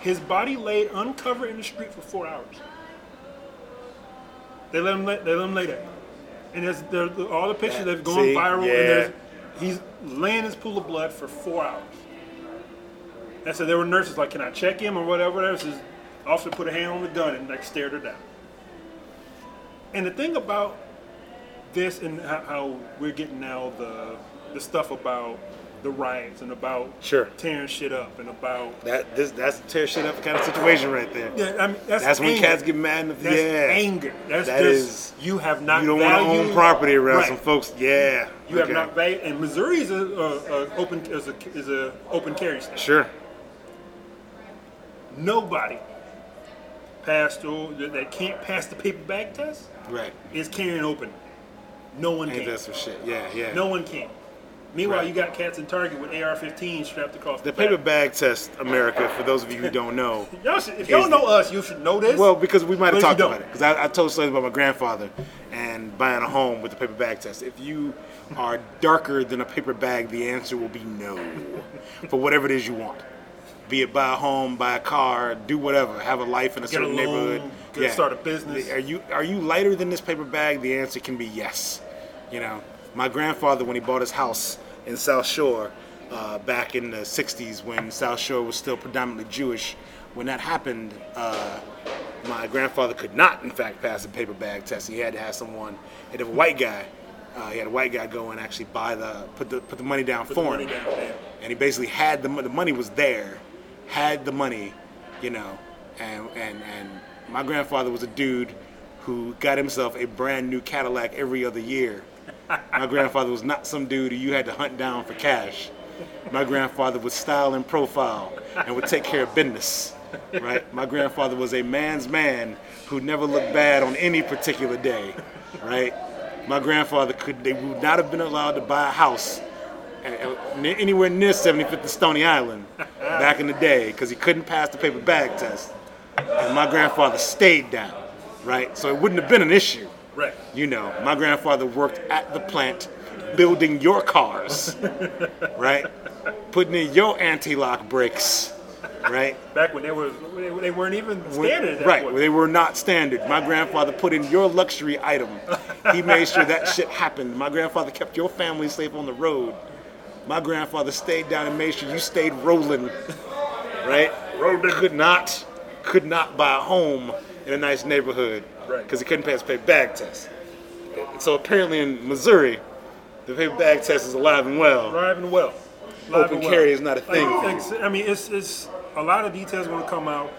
Speaker 3: his body laid uncovered in the street for four hours. They let him, lay- they let him lay there. And there's, there, all the pictures that have gone
Speaker 4: See?
Speaker 3: viral,
Speaker 4: Yeah.
Speaker 3: and there's, he's laying in his pool of blood for four hours. And so there were nurses like, "Can I check him or whatever?" There says, officer put a hand on the gun and like stared her down. And the thing about this and how, how we're getting now the the stuff about the riots and about
Speaker 4: Sure.
Speaker 3: tearing shit up and about
Speaker 4: That this that's the tear shit up kind of situation right there.
Speaker 3: yeah, I mean that's
Speaker 4: That's when
Speaker 3: anger.
Speaker 4: cats get mad. In the,
Speaker 3: that's
Speaker 4: yeah.
Speaker 3: anger. That's
Speaker 4: That
Speaker 3: just you have not
Speaker 4: You don't want to
Speaker 3: valued,
Speaker 4: own property around
Speaker 3: Right.
Speaker 4: some folks. Yeah.
Speaker 3: You
Speaker 4: Okay.
Speaker 3: have not valued, and Missouri is a, a, a open is a is a open carry state.
Speaker 4: Sure.
Speaker 3: Nobody passed or that that can't pass the paper bag test
Speaker 4: Right.
Speaker 3: is carrying open. No one
Speaker 4: Ain't
Speaker 3: can.
Speaker 4: that some shit? Yeah. Yeah.
Speaker 3: No one can. Meanwhile,
Speaker 4: Right.
Speaker 3: you got cats in Target with AR-15 strapped across the,
Speaker 4: The paper bag test, America. For those of you who don't know,
Speaker 3: Y'all should, if y'all
Speaker 4: is-
Speaker 3: know us, you should know this.
Speaker 4: Well, because we might
Speaker 3: But
Speaker 4: have
Speaker 3: if
Speaker 4: talked
Speaker 3: you
Speaker 4: about it.
Speaker 3: don't-
Speaker 4: Because I, I told stories about my grandfather and buying a home with the paper bag test. If you are darker than a paper bag, the answer will be no. For whatever it is you want, be it buy a home, buy a car, do whatever, have a life in a
Speaker 3: Get a loan,
Speaker 4: certain neighborhood,
Speaker 3: get- start a business.
Speaker 4: Are you are you lighter than this paper bag? The answer can be yes. You know, my grandfather when he bought his house in South Shore. Uh, back in the 60s when South Shore was still predominantly Jewish, when that happened, uh, my grandfather could not, in fact, pass a paper bag test. He had to have someone, and if a white guy uh, he had a white guy go and actually buy the put the put the money down
Speaker 3: Put the
Speaker 4: for
Speaker 3: money
Speaker 4: him,
Speaker 3: down, yeah.
Speaker 4: and he basically had the mo- the money was there, had the money, you know, and and and my grandfather was a dude who got himself a brand new Cadillac every other year. My grandfather was not some dude who you had to hunt down for cash. My grandfather was style and profile and would take care of business. Right? My grandfather was a man's man who never looked bad on any particular day. Right? My grandfather could they would not have been allowed to buy a house a- a- ne- anywhere near 75th and Stony Island back in the day because he couldn't pass the paper bag test. And my grandfather stayed down, right? So it wouldn't have been an issue.
Speaker 3: Right.
Speaker 4: You know, my grandfather worked at the plant building your cars, right? Putting in your anti lock brakes, right?
Speaker 3: Back when they were they, they weren't even
Speaker 4: When-
Speaker 3: standard at that
Speaker 4: right,
Speaker 3: point.
Speaker 4: they were not standard. My grandfather put in your luxury item. He made sure that shit happened. My grandfather kept your family safe on the road. My grandfather stayed down and made sure you stayed rolling. Right? Rolling. Could not, could not buy a home in a nice neighborhood.
Speaker 3: Right.
Speaker 4: Because he couldn't pass the paper bag test. So apparently in Missouri, the paper bag test is alive and well.
Speaker 3: Live and well.
Speaker 4: Open carry is not a thing.
Speaker 3: Like, like, I mean, it's it's a lot of details going to come out,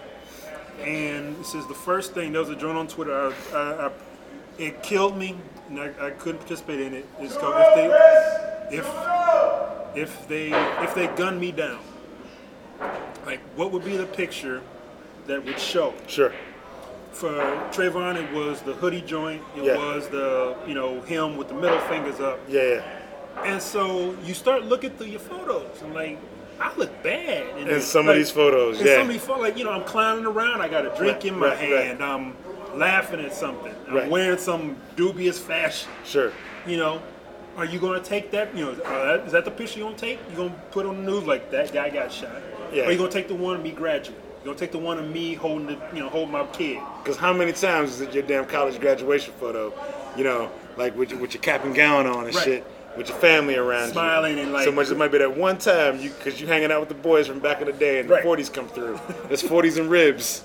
Speaker 3: and this is the first thing. There was a drone on Twitter. I, I, I, it killed me, and I, I couldn't participate in it. It's called if they if if they if they gun me down. Like, what would be the picture that would show?
Speaker 4: Sure.
Speaker 3: For Trayvon, it was the hoodie joint. It
Speaker 4: Yeah.
Speaker 3: was the you know him with the middle fingers up.
Speaker 4: Yeah, yeah.
Speaker 3: And so you start looking through your photos. and like, I look bad. And
Speaker 4: In some of these photos,
Speaker 3: in
Speaker 4: yeah.
Speaker 3: some of these photos, like, you know, I'm climbing around. I got a drink
Speaker 4: Right,
Speaker 3: in my
Speaker 4: right, right.
Speaker 3: hand. I'm laughing at something. I'm
Speaker 4: Right.
Speaker 3: wearing some dubious fashion.
Speaker 4: Sure.
Speaker 3: You know, are you going to take that? You know, uh, is that the picture you're going to take? You're going to put on the news like that guy got shot?
Speaker 4: Yeah.
Speaker 3: Or you going to take the one of me graduating? You're going to take the one of me holding the, you know, holding my kid?
Speaker 4: Because how many times is it your damn college graduation photo, you know, like with your, with your cap and gown on and
Speaker 3: Right.
Speaker 4: shit, with your family around, you?
Speaker 3: Smiling and, like-
Speaker 4: so much. It might be that one time you because you hanging out with the boys from back in the day, and
Speaker 3: Right.
Speaker 4: the 40s come through. There's 40s and ribs.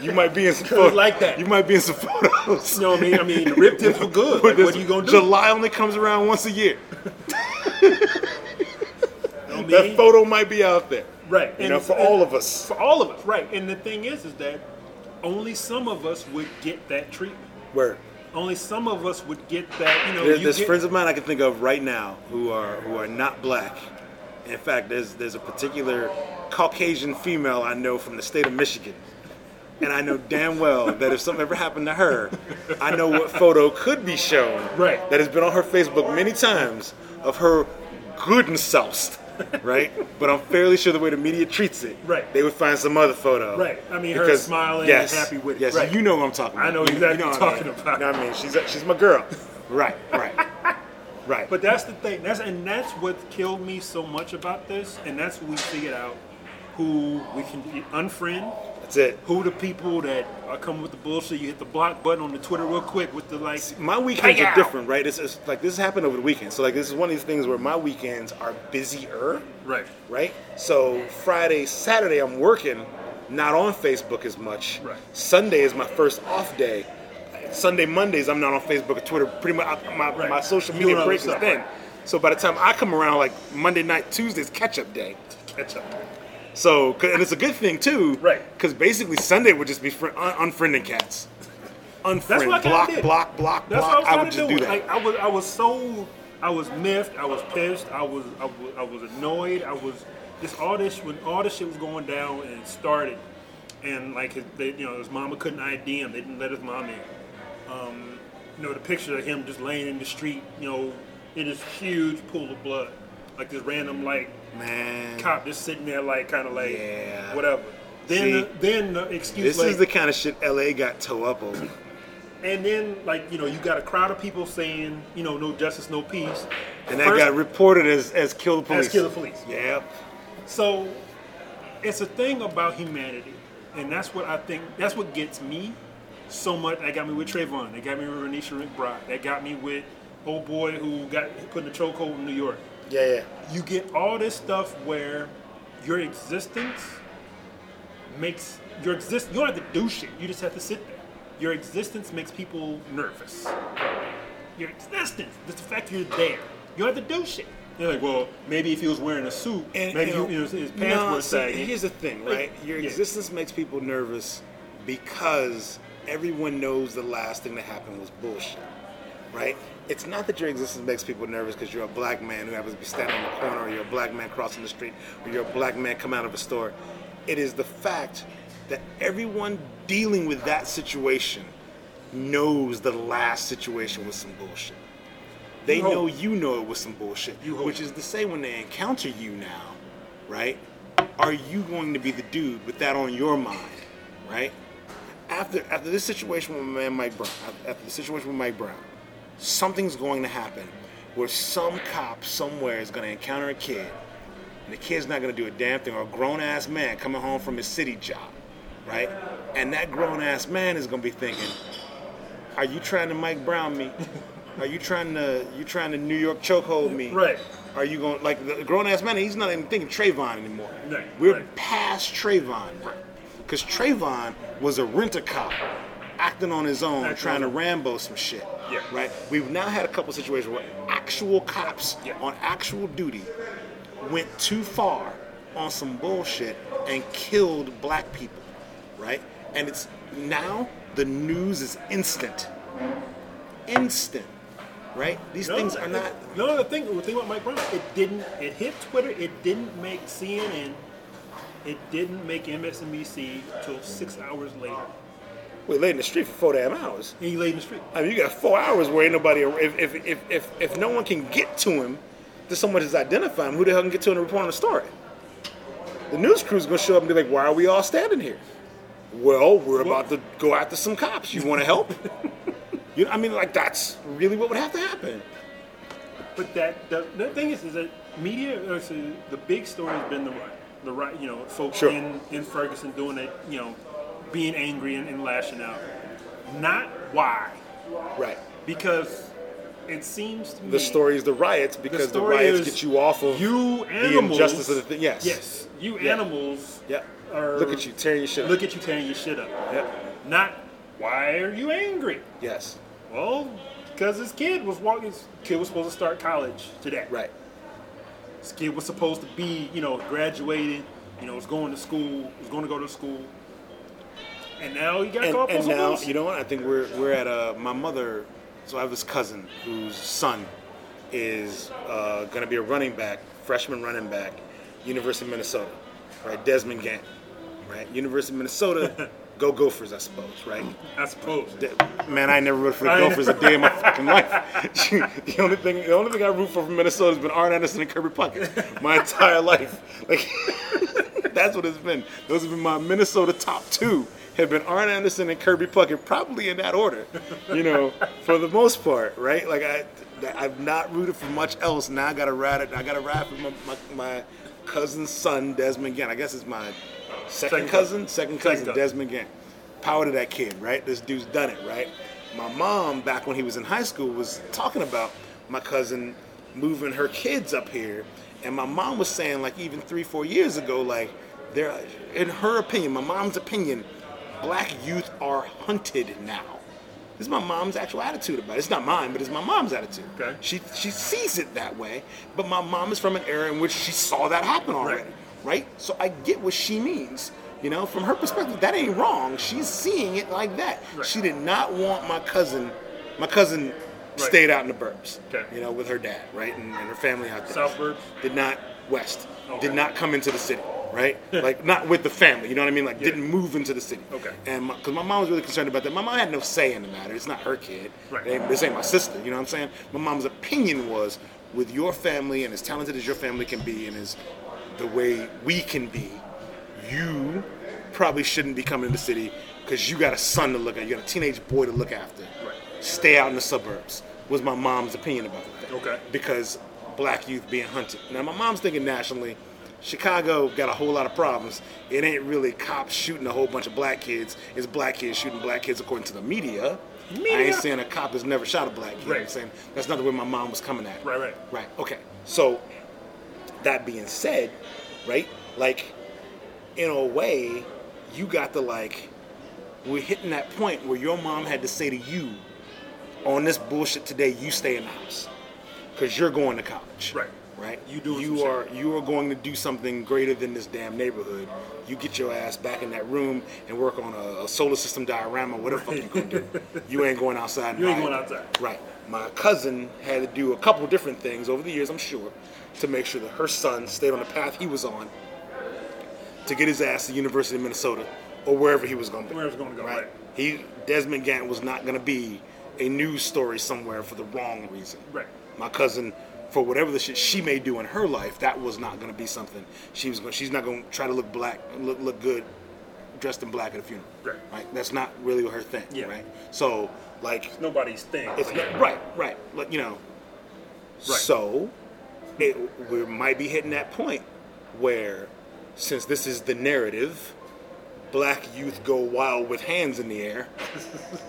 Speaker 4: You might be in some
Speaker 3: It was
Speaker 4: photos
Speaker 3: like that.
Speaker 4: You might be in some photos.
Speaker 3: You know what I mean? I mean, the rib tips were good. Like, what are you going to do?
Speaker 4: July only comes around once a year.
Speaker 3: You know what I
Speaker 4: That
Speaker 3: mean?
Speaker 4: photo might be out there.
Speaker 3: Right.
Speaker 4: You
Speaker 3: And
Speaker 4: know,
Speaker 3: it's-
Speaker 4: for
Speaker 3: and-
Speaker 4: all of us.
Speaker 3: for all of us, right? And the thing is, is that only some of us would get that treatment.
Speaker 4: Where?
Speaker 3: Only some of us would get that. You know,
Speaker 4: There,
Speaker 3: you
Speaker 4: there's
Speaker 3: get-
Speaker 4: friends of mine I can think of right now who are who are not black. In fact, there's there's a particular Caucasian female I know from the state of Michigan, and I know damn well that if something ever happened to her, I know what photo could be shown.
Speaker 3: Right.
Speaker 4: That has been on her Facebook many times of her good and soused, right? But I'm fairly sure the way the media treats it,
Speaker 3: Right.
Speaker 4: They would find some other photo,
Speaker 3: Right. I mean, her smiling and happy with it.
Speaker 4: Yes,
Speaker 3: Right.
Speaker 4: you know what I'm talking about.
Speaker 3: I know
Speaker 4: You-
Speaker 3: exactly
Speaker 4: you know
Speaker 3: what
Speaker 4: I
Speaker 3: you're
Speaker 4: mean.
Speaker 3: talking about.
Speaker 4: You know what I mean? She's she's my girl. Right, right, right.
Speaker 3: But that's the thing. That's and that's what killed me so much about this. And that's what we figured out who we can unfriend.
Speaker 4: that's it.
Speaker 3: Who the people that are coming with the bullshit? You hit the block button on the Twitter real quick with the like.
Speaker 4: My weekends
Speaker 3: Hey,
Speaker 4: are
Speaker 3: ow.
Speaker 4: different, right? It's, it's like this happened over the weekend. So like this is one of these things where my weekends are busier,
Speaker 3: Right.
Speaker 4: right? So Friday, Saturday I'm working, not on Facebook as much.
Speaker 3: Right.
Speaker 4: Sunday is my first off day. Sunday, Mondays I'm not on Facebook or Twitter. Pretty much I, my,
Speaker 3: Right.
Speaker 4: my social
Speaker 3: You
Speaker 4: media
Speaker 3: know
Speaker 4: break is
Speaker 3: what's up,
Speaker 4: then.
Speaker 3: right.
Speaker 4: So by the time I come around, like Monday night, Tuesday's catch up day.
Speaker 3: Catch up.
Speaker 4: So, 'cause- and it's a good thing too,
Speaker 3: Right.
Speaker 4: Because basically Sunday would just be fri un- unfriending cats, unfriend,
Speaker 3: That's what I kinda
Speaker 4: block,
Speaker 3: did.
Speaker 4: block, block,
Speaker 3: That's
Speaker 4: block.
Speaker 3: what I was trying
Speaker 4: would
Speaker 3: to
Speaker 4: just
Speaker 3: do.
Speaker 4: do that.
Speaker 3: Like I was, I was so, I was miffed. I was pissed. I was, I was, I was annoyed. I was just all this when all this shit was going down and it started, and like his, they, you know, his mama couldn't ID him. They didn't let his mom in. Um, you know, the picture of him just laying in the street, you know, in this huge pool of blood, like this random like
Speaker 4: Man,
Speaker 3: cop just sitting there, like kind of like
Speaker 4: Yeah.
Speaker 3: whatever. Then,
Speaker 4: See?
Speaker 3: the, then the excuse
Speaker 4: this
Speaker 3: like,
Speaker 4: is the kind of shit LA got toe up over.
Speaker 3: and then, like, you know, you got a crowd of people saying, you know, no justice, no peace.
Speaker 4: And that
Speaker 3: First-
Speaker 4: got reported as, as kill the police.
Speaker 3: As kill the police.
Speaker 4: Yep.
Speaker 3: So it's a thing about humanity. And that's what I think, that's what gets me so much. That got me with Trayvon. That got me with Renisha McBride. That got me with old boy who got put in a chokehold in New York.
Speaker 4: Yeah, yeah.
Speaker 3: You get all this stuff where your existence makes your exist. You don't have to do shit. You just have to sit there. Your existence makes people nervous. your existence, just the fact you're there. You don't have to do shit. They're like, well, maybe if he was wearing a suit,
Speaker 4: And,
Speaker 3: maybe
Speaker 4: you know,
Speaker 3: his, his pants
Speaker 4: no,
Speaker 3: were
Speaker 4: see,
Speaker 3: sagging.
Speaker 4: Here's the thing, right? Your
Speaker 3: Yeah.
Speaker 4: existence makes people nervous because everyone knows the last thing that happened was bullshit, right? It's not that your existence makes people nervous because you're a black man who happens to be standing on the corner, or you're a black man crossing the street, or you're a black man coming out of a store. It is the fact that everyone dealing with that situation knows the last situation was some bullshit. They
Speaker 3: You hope.
Speaker 4: know you know it was some bullshit,
Speaker 3: You hope.
Speaker 4: which is to say when they encounter you now, right? Are you going to be the dude with that on your mind, right? After after this situation with my man Mike Brown, after- after the situation with Mike Brown, something's going to happen where some cop somewhere is going to encounter a kid, and the kid's not going to do a damn thing, or a grown ass man coming home from his city job, right? And that grown ass man is going to be thinking, "Are you trying to Mike Brown me? Are you trying to you trying to New York chokehold me?
Speaker 3: Right.
Speaker 4: Are you going like the grown ass man? He's not even thinking Trayvon anymore.
Speaker 3: Right,
Speaker 4: We're
Speaker 3: right.
Speaker 4: past Trayvon now, because Trayvon was a rent a cop acting on his own,
Speaker 3: Acting
Speaker 4: trying
Speaker 3: on
Speaker 4: to
Speaker 3: his-
Speaker 4: Rambo some shit.
Speaker 3: Yeah.
Speaker 4: Right. We've now had a couple situations where actual cops
Speaker 3: Yeah.
Speaker 4: on actual duty went too far on some bullshit and killed black people. Right. And it's now the news is instant. Instant. Right. These things are not.
Speaker 3: No, the thing, the thing about Mike Brown, it didn't. It hit Twitter. It didn't make CNN. It didn't make MSNBC till six hours later.
Speaker 4: We laid in the street for four damn hours.
Speaker 3: And he laid in the street.
Speaker 4: I mean, you got four hours where ain't nobody. If if if if, if no one can get to him, then someone has identified him. Who the hell can get to him and report on the story? The news crew's gonna show up and be like, "Why are we all standing here?" Well, we're about to go after some cops. You want to help? you know, I mean, like that's really what would have to happen.
Speaker 3: But that the, the thing is, is that media. Or so the big story has been the riot. The riot, you know, folks
Speaker 4: Sure.
Speaker 3: in, in Ferguson doing it, you know, being angry and, and lashing out. Not why,
Speaker 4: Right.
Speaker 3: because it seems to me
Speaker 4: The story is the riots because the,
Speaker 3: story
Speaker 4: riots
Speaker 3: is
Speaker 4: get you off of
Speaker 3: you
Speaker 4: the
Speaker 3: animals,
Speaker 4: injustice of the thing. Yes.
Speaker 3: Yes, you
Speaker 4: Yeah.
Speaker 3: animals.
Speaker 4: Yeah.
Speaker 3: Are,
Speaker 4: Look at you tearing your shit. up.
Speaker 3: Look at you tearing your shit up.
Speaker 4: Yeah.
Speaker 3: Not why are you angry?
Speaker 4: Yes.
Speaker 3: Well, because his kid was walking. His kid was supposed to start college today.
Speaker 4: Right.
Speaker 3: This kid was supposed to be, you know, graduated. You know, was going to school. Was going to go to school. And now he got
Speaker 4: and,
Speaker 3: caught up on
Speaker 4: and
Speaker 3: some
Speaker 4: now
Speaker 3: bullshit.
Speaker 4: you know what? I think we're we're at a my mother. So I have this cousin whose son is uh, going to be a running back, freshman running back, University of Minnesota, right? Desmond Gant, right? University of Minnesota, go Gophers, I suppose, right?
Speaker 3: I suppose.
Speaker 4: D- Man, I ain't never rooted for the
Speaker 3: I ain't
Speaker 4: Gophers a day in my fucking life. the only thing, the only thing I root for from Minnesota has been Arn Anderson and Kirby Puckett my entire life. Like that's what it's been. Those have been my Minnesota top two. Have been Arn Anderson and Kirby Puckett, probably in that order. You know, for the most part, right? Like I, I've not rooted for much else. Now I got to ride it. I got to ride for my, my, my cousin's son Desmond Gant. I guess it's my second,
Speaker 3: Second
Speaker 4: cousin, second cousin,
Speaker 3: cousin.
Speaker 4: Desmond. Desmond Gant. Power to that kid, right? This dude's done it, right? My mom, back when he was in high school, was talking about my cousin moving her kids up here. And my mom was saying, like, even three, four years ago, like, they're, in her opinion, my mom's opinion, black youth are hunted now. This is my mom's actual attitude about it. It's not mine, but it's my mom's attitude.
Speaker 3: Okay.
Speaker 4: She, she sees it that way, but my mom is from an era in which she saw that happen already
Speaker 3: Right.
Speaker 4: right? So I get what she means. You know, from her perspective, that ain't wrong. She's seeing it like that.
Speaker 3: Right.
Speaker 4: She did not want my cousin. My cousin stayed out in the burbs.
Speaker 3: Okay.
Speaker 4: You know, with her dad, right, and, and her family out there.
Speaker 3: South burbs?
Speaker 4: Did not west.
Speaker 3: Okay.
Speaker 4: Did not come into the city, right? like not with the family. You know what I mean? Like
Speaker 3: Yeah.
Speaker 4: didn't move into the city.
Speaker 3: Okay.
Speaker 4: And because my, mom was really concerned about that. My mom had no say in the matter. It's not her kid.
Speaker 3: Right.
Speaker 4: They- this ain't my sister. You know what I'm saying? My mom's opinion was, with your family and as talented as your family can be, and as the way we can be, you probably shouldn't be coming to the city because you got a son to look at. You got a teenage boy to look after.
Speaker 3: Right.
Speaker 4: Stay out in the suburbs was my mom's opinion about that.
Speaker 3: Okay.
Speaker 4: Because black youth being hunted. Now my mom's thinking nationally. Chicago got a whole lot of problems. It ain't really cops shooting a whole bunch of black kids. It's black kids shooting black kids according to the media. I ain't
Speaker 3: Media.
Speaker 4: saying a cop has never shot a black kid.
Speaker 3: Right.
Speaker 4: I'm saying that's not the way my mom was coming at it.
Speaker 3: Right, right.
Speaker 4: Right. Okay. So that being said, right? Like, in a way, you got the like, we're hitting that point where your mom had to say to you, on this bullshit today, you stay in the house because you're going to college.
Speaker 3: Right.
Speaker 4: Right.
Speaker 3: You doing some
Speaker 4: You
Speaker 3: shit.
Speaker 4: are you are going to do something greater than this damn neighborhood. You get your ass back in that room and work on a, a solar system diorama. Whatever the fuck you can do. You ain't going outside. and
Speaker 3: You ain't
Speaker 4: buy it.
Speaker 3: going outside.
Speaker 4: Right. My cousin had to do a couple different things over the years, I'm sure, to make sure that her son stayed on the path he was on to get his ass to University of Minnesota or wherever he was going to be.
Speaker 3: Wherever he was gonna go, right.
Speaker 4: He Desmond Gant was not going to be a news story somewhere for the wrong reason.
Speaker 3: Right.
Speaker 4: My cousin, for whatever the shit she may do in her life, that was not going to be something she was. Gonna, she's not going to try to look black, look look good, dressed in black at a funeral.
Speaker 3: Right.
Speaker 4: Like that's not really her thing.
Speaker 3: Yeah.
Speaker 4: Right. So like
Speaker 3: Nobody's thing.
Speaker 4: it's not, right, right. Like, you know. So, it, we might be hitting that point where, since this is the narrative, black youth go wild with hands in the air.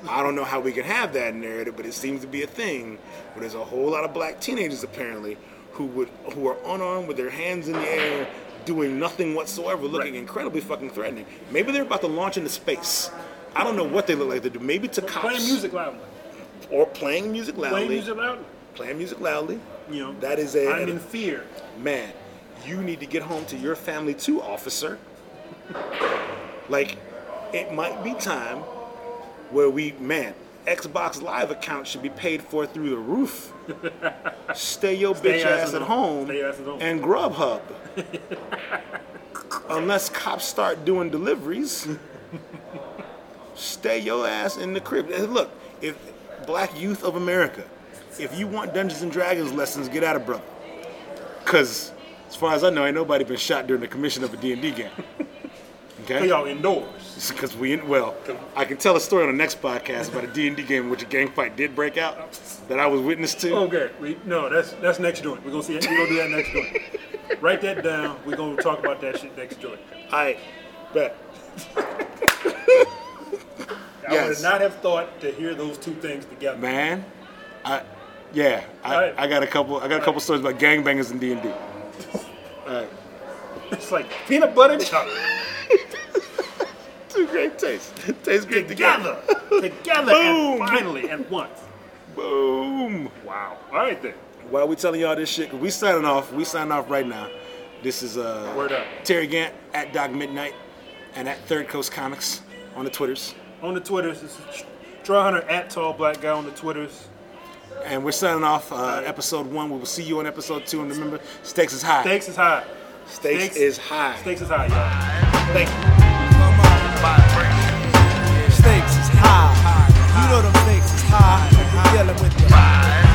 Speaker 4: I don't know how we can have that narrative, but it seems to be a thing. But there's a whole lot of black teenagers apparently who would who are unarmed with their hands in the air, doing nothing whatsoever, looking
Speaker 3: Right.
Speaker 4: incredibly fucking threatening. Maybe they're about to launch into space. I don't know what they look like they do. Maybe to cops
Speaker 3: Playing music loudly.
Speaker 4: or playing music loudly.
Speaker 3: Playing music loudly.
Speaker 4: Playing music loudly.
Speaker 3: You know.
Speaker 4: That is a-
Speaker 3: I'm in fear.
Speaker 4: Man, you need to get home to your family too, officer. like, it might be time where we, man, Xbox Live account should be paid for through the roof. Stay your
Speaker 3: Stay
Speaker 4: bitch
Speaker 3: ass
Speaker 4: ass
Speaker 3: at
Speaker 4: at
Speaker 3: home.
Speaker 4: home,
Speaker 3: Stay ass at home.
Speaker 4: and Grubhub. Unless cops start doing deliveries, stay your ass in the crib. And Look, if black youth of America, if you want Dungeons and Dragons lessons, get out of brother. Cause as far as I know, ain't nobody been shot during the commission of a D&D game. Okay?
Speaker 3: Hey, y'all indoors.
Speaker 4: Because we, well, I can tell a story on the next podcast about a D&D game in which a gang fight did break out that I was witness to.
Speaker 3: Okay. We, no, that's that's next joint. We're gonna see. We're gonna do that next joint. Write that down. We're gonna talk about that shit next joint.
Speaker 4: I bet.
Speaker 3: I
Speaker 4: Yes.
Speaker 3: would not have thought to hear those two things together.
Speaker 4: Man, I, yeah, I,
Speaker 3: All right.
Speaker 4: I got a couple, I got a couple stories about gangbangers and D&D.
Speaker 3: It's like peanut butter and chocolate
Speaker 4: Two great tastes. Tastes good
Speaker 3: together,
Speaker 4: together.
Speaker 3: together, and
Speaker 4: Boom.
Speaker 3: finally at once.
Speaker 4: Boom.
Speaker 3: Wow. All right then.
Speaker 4: Why we telling y'all this shit? 'Cause We signing off. We signing off right now. This is uh
Speaker 3: Word up.
Speaker 4: Terry Gant at Doc Midnight and at Third Coast Comics on the Twitters.
Speaker 3: On the Twitters, this is Troy Hunter at Tall Black Guy on the Twitters.
Speaker 4: And we're signing off uh, episode one. We will see you on episode two. And remember, stakes is high.
Speaker 3: Stakes is high.
Speaker 4: Stakes is high.
Speaker 3: Stakes is high, y'all.
Speaker 4: Thank you.
Speaker 5: Stakes is high. You know them stakes is high. We yelling with them.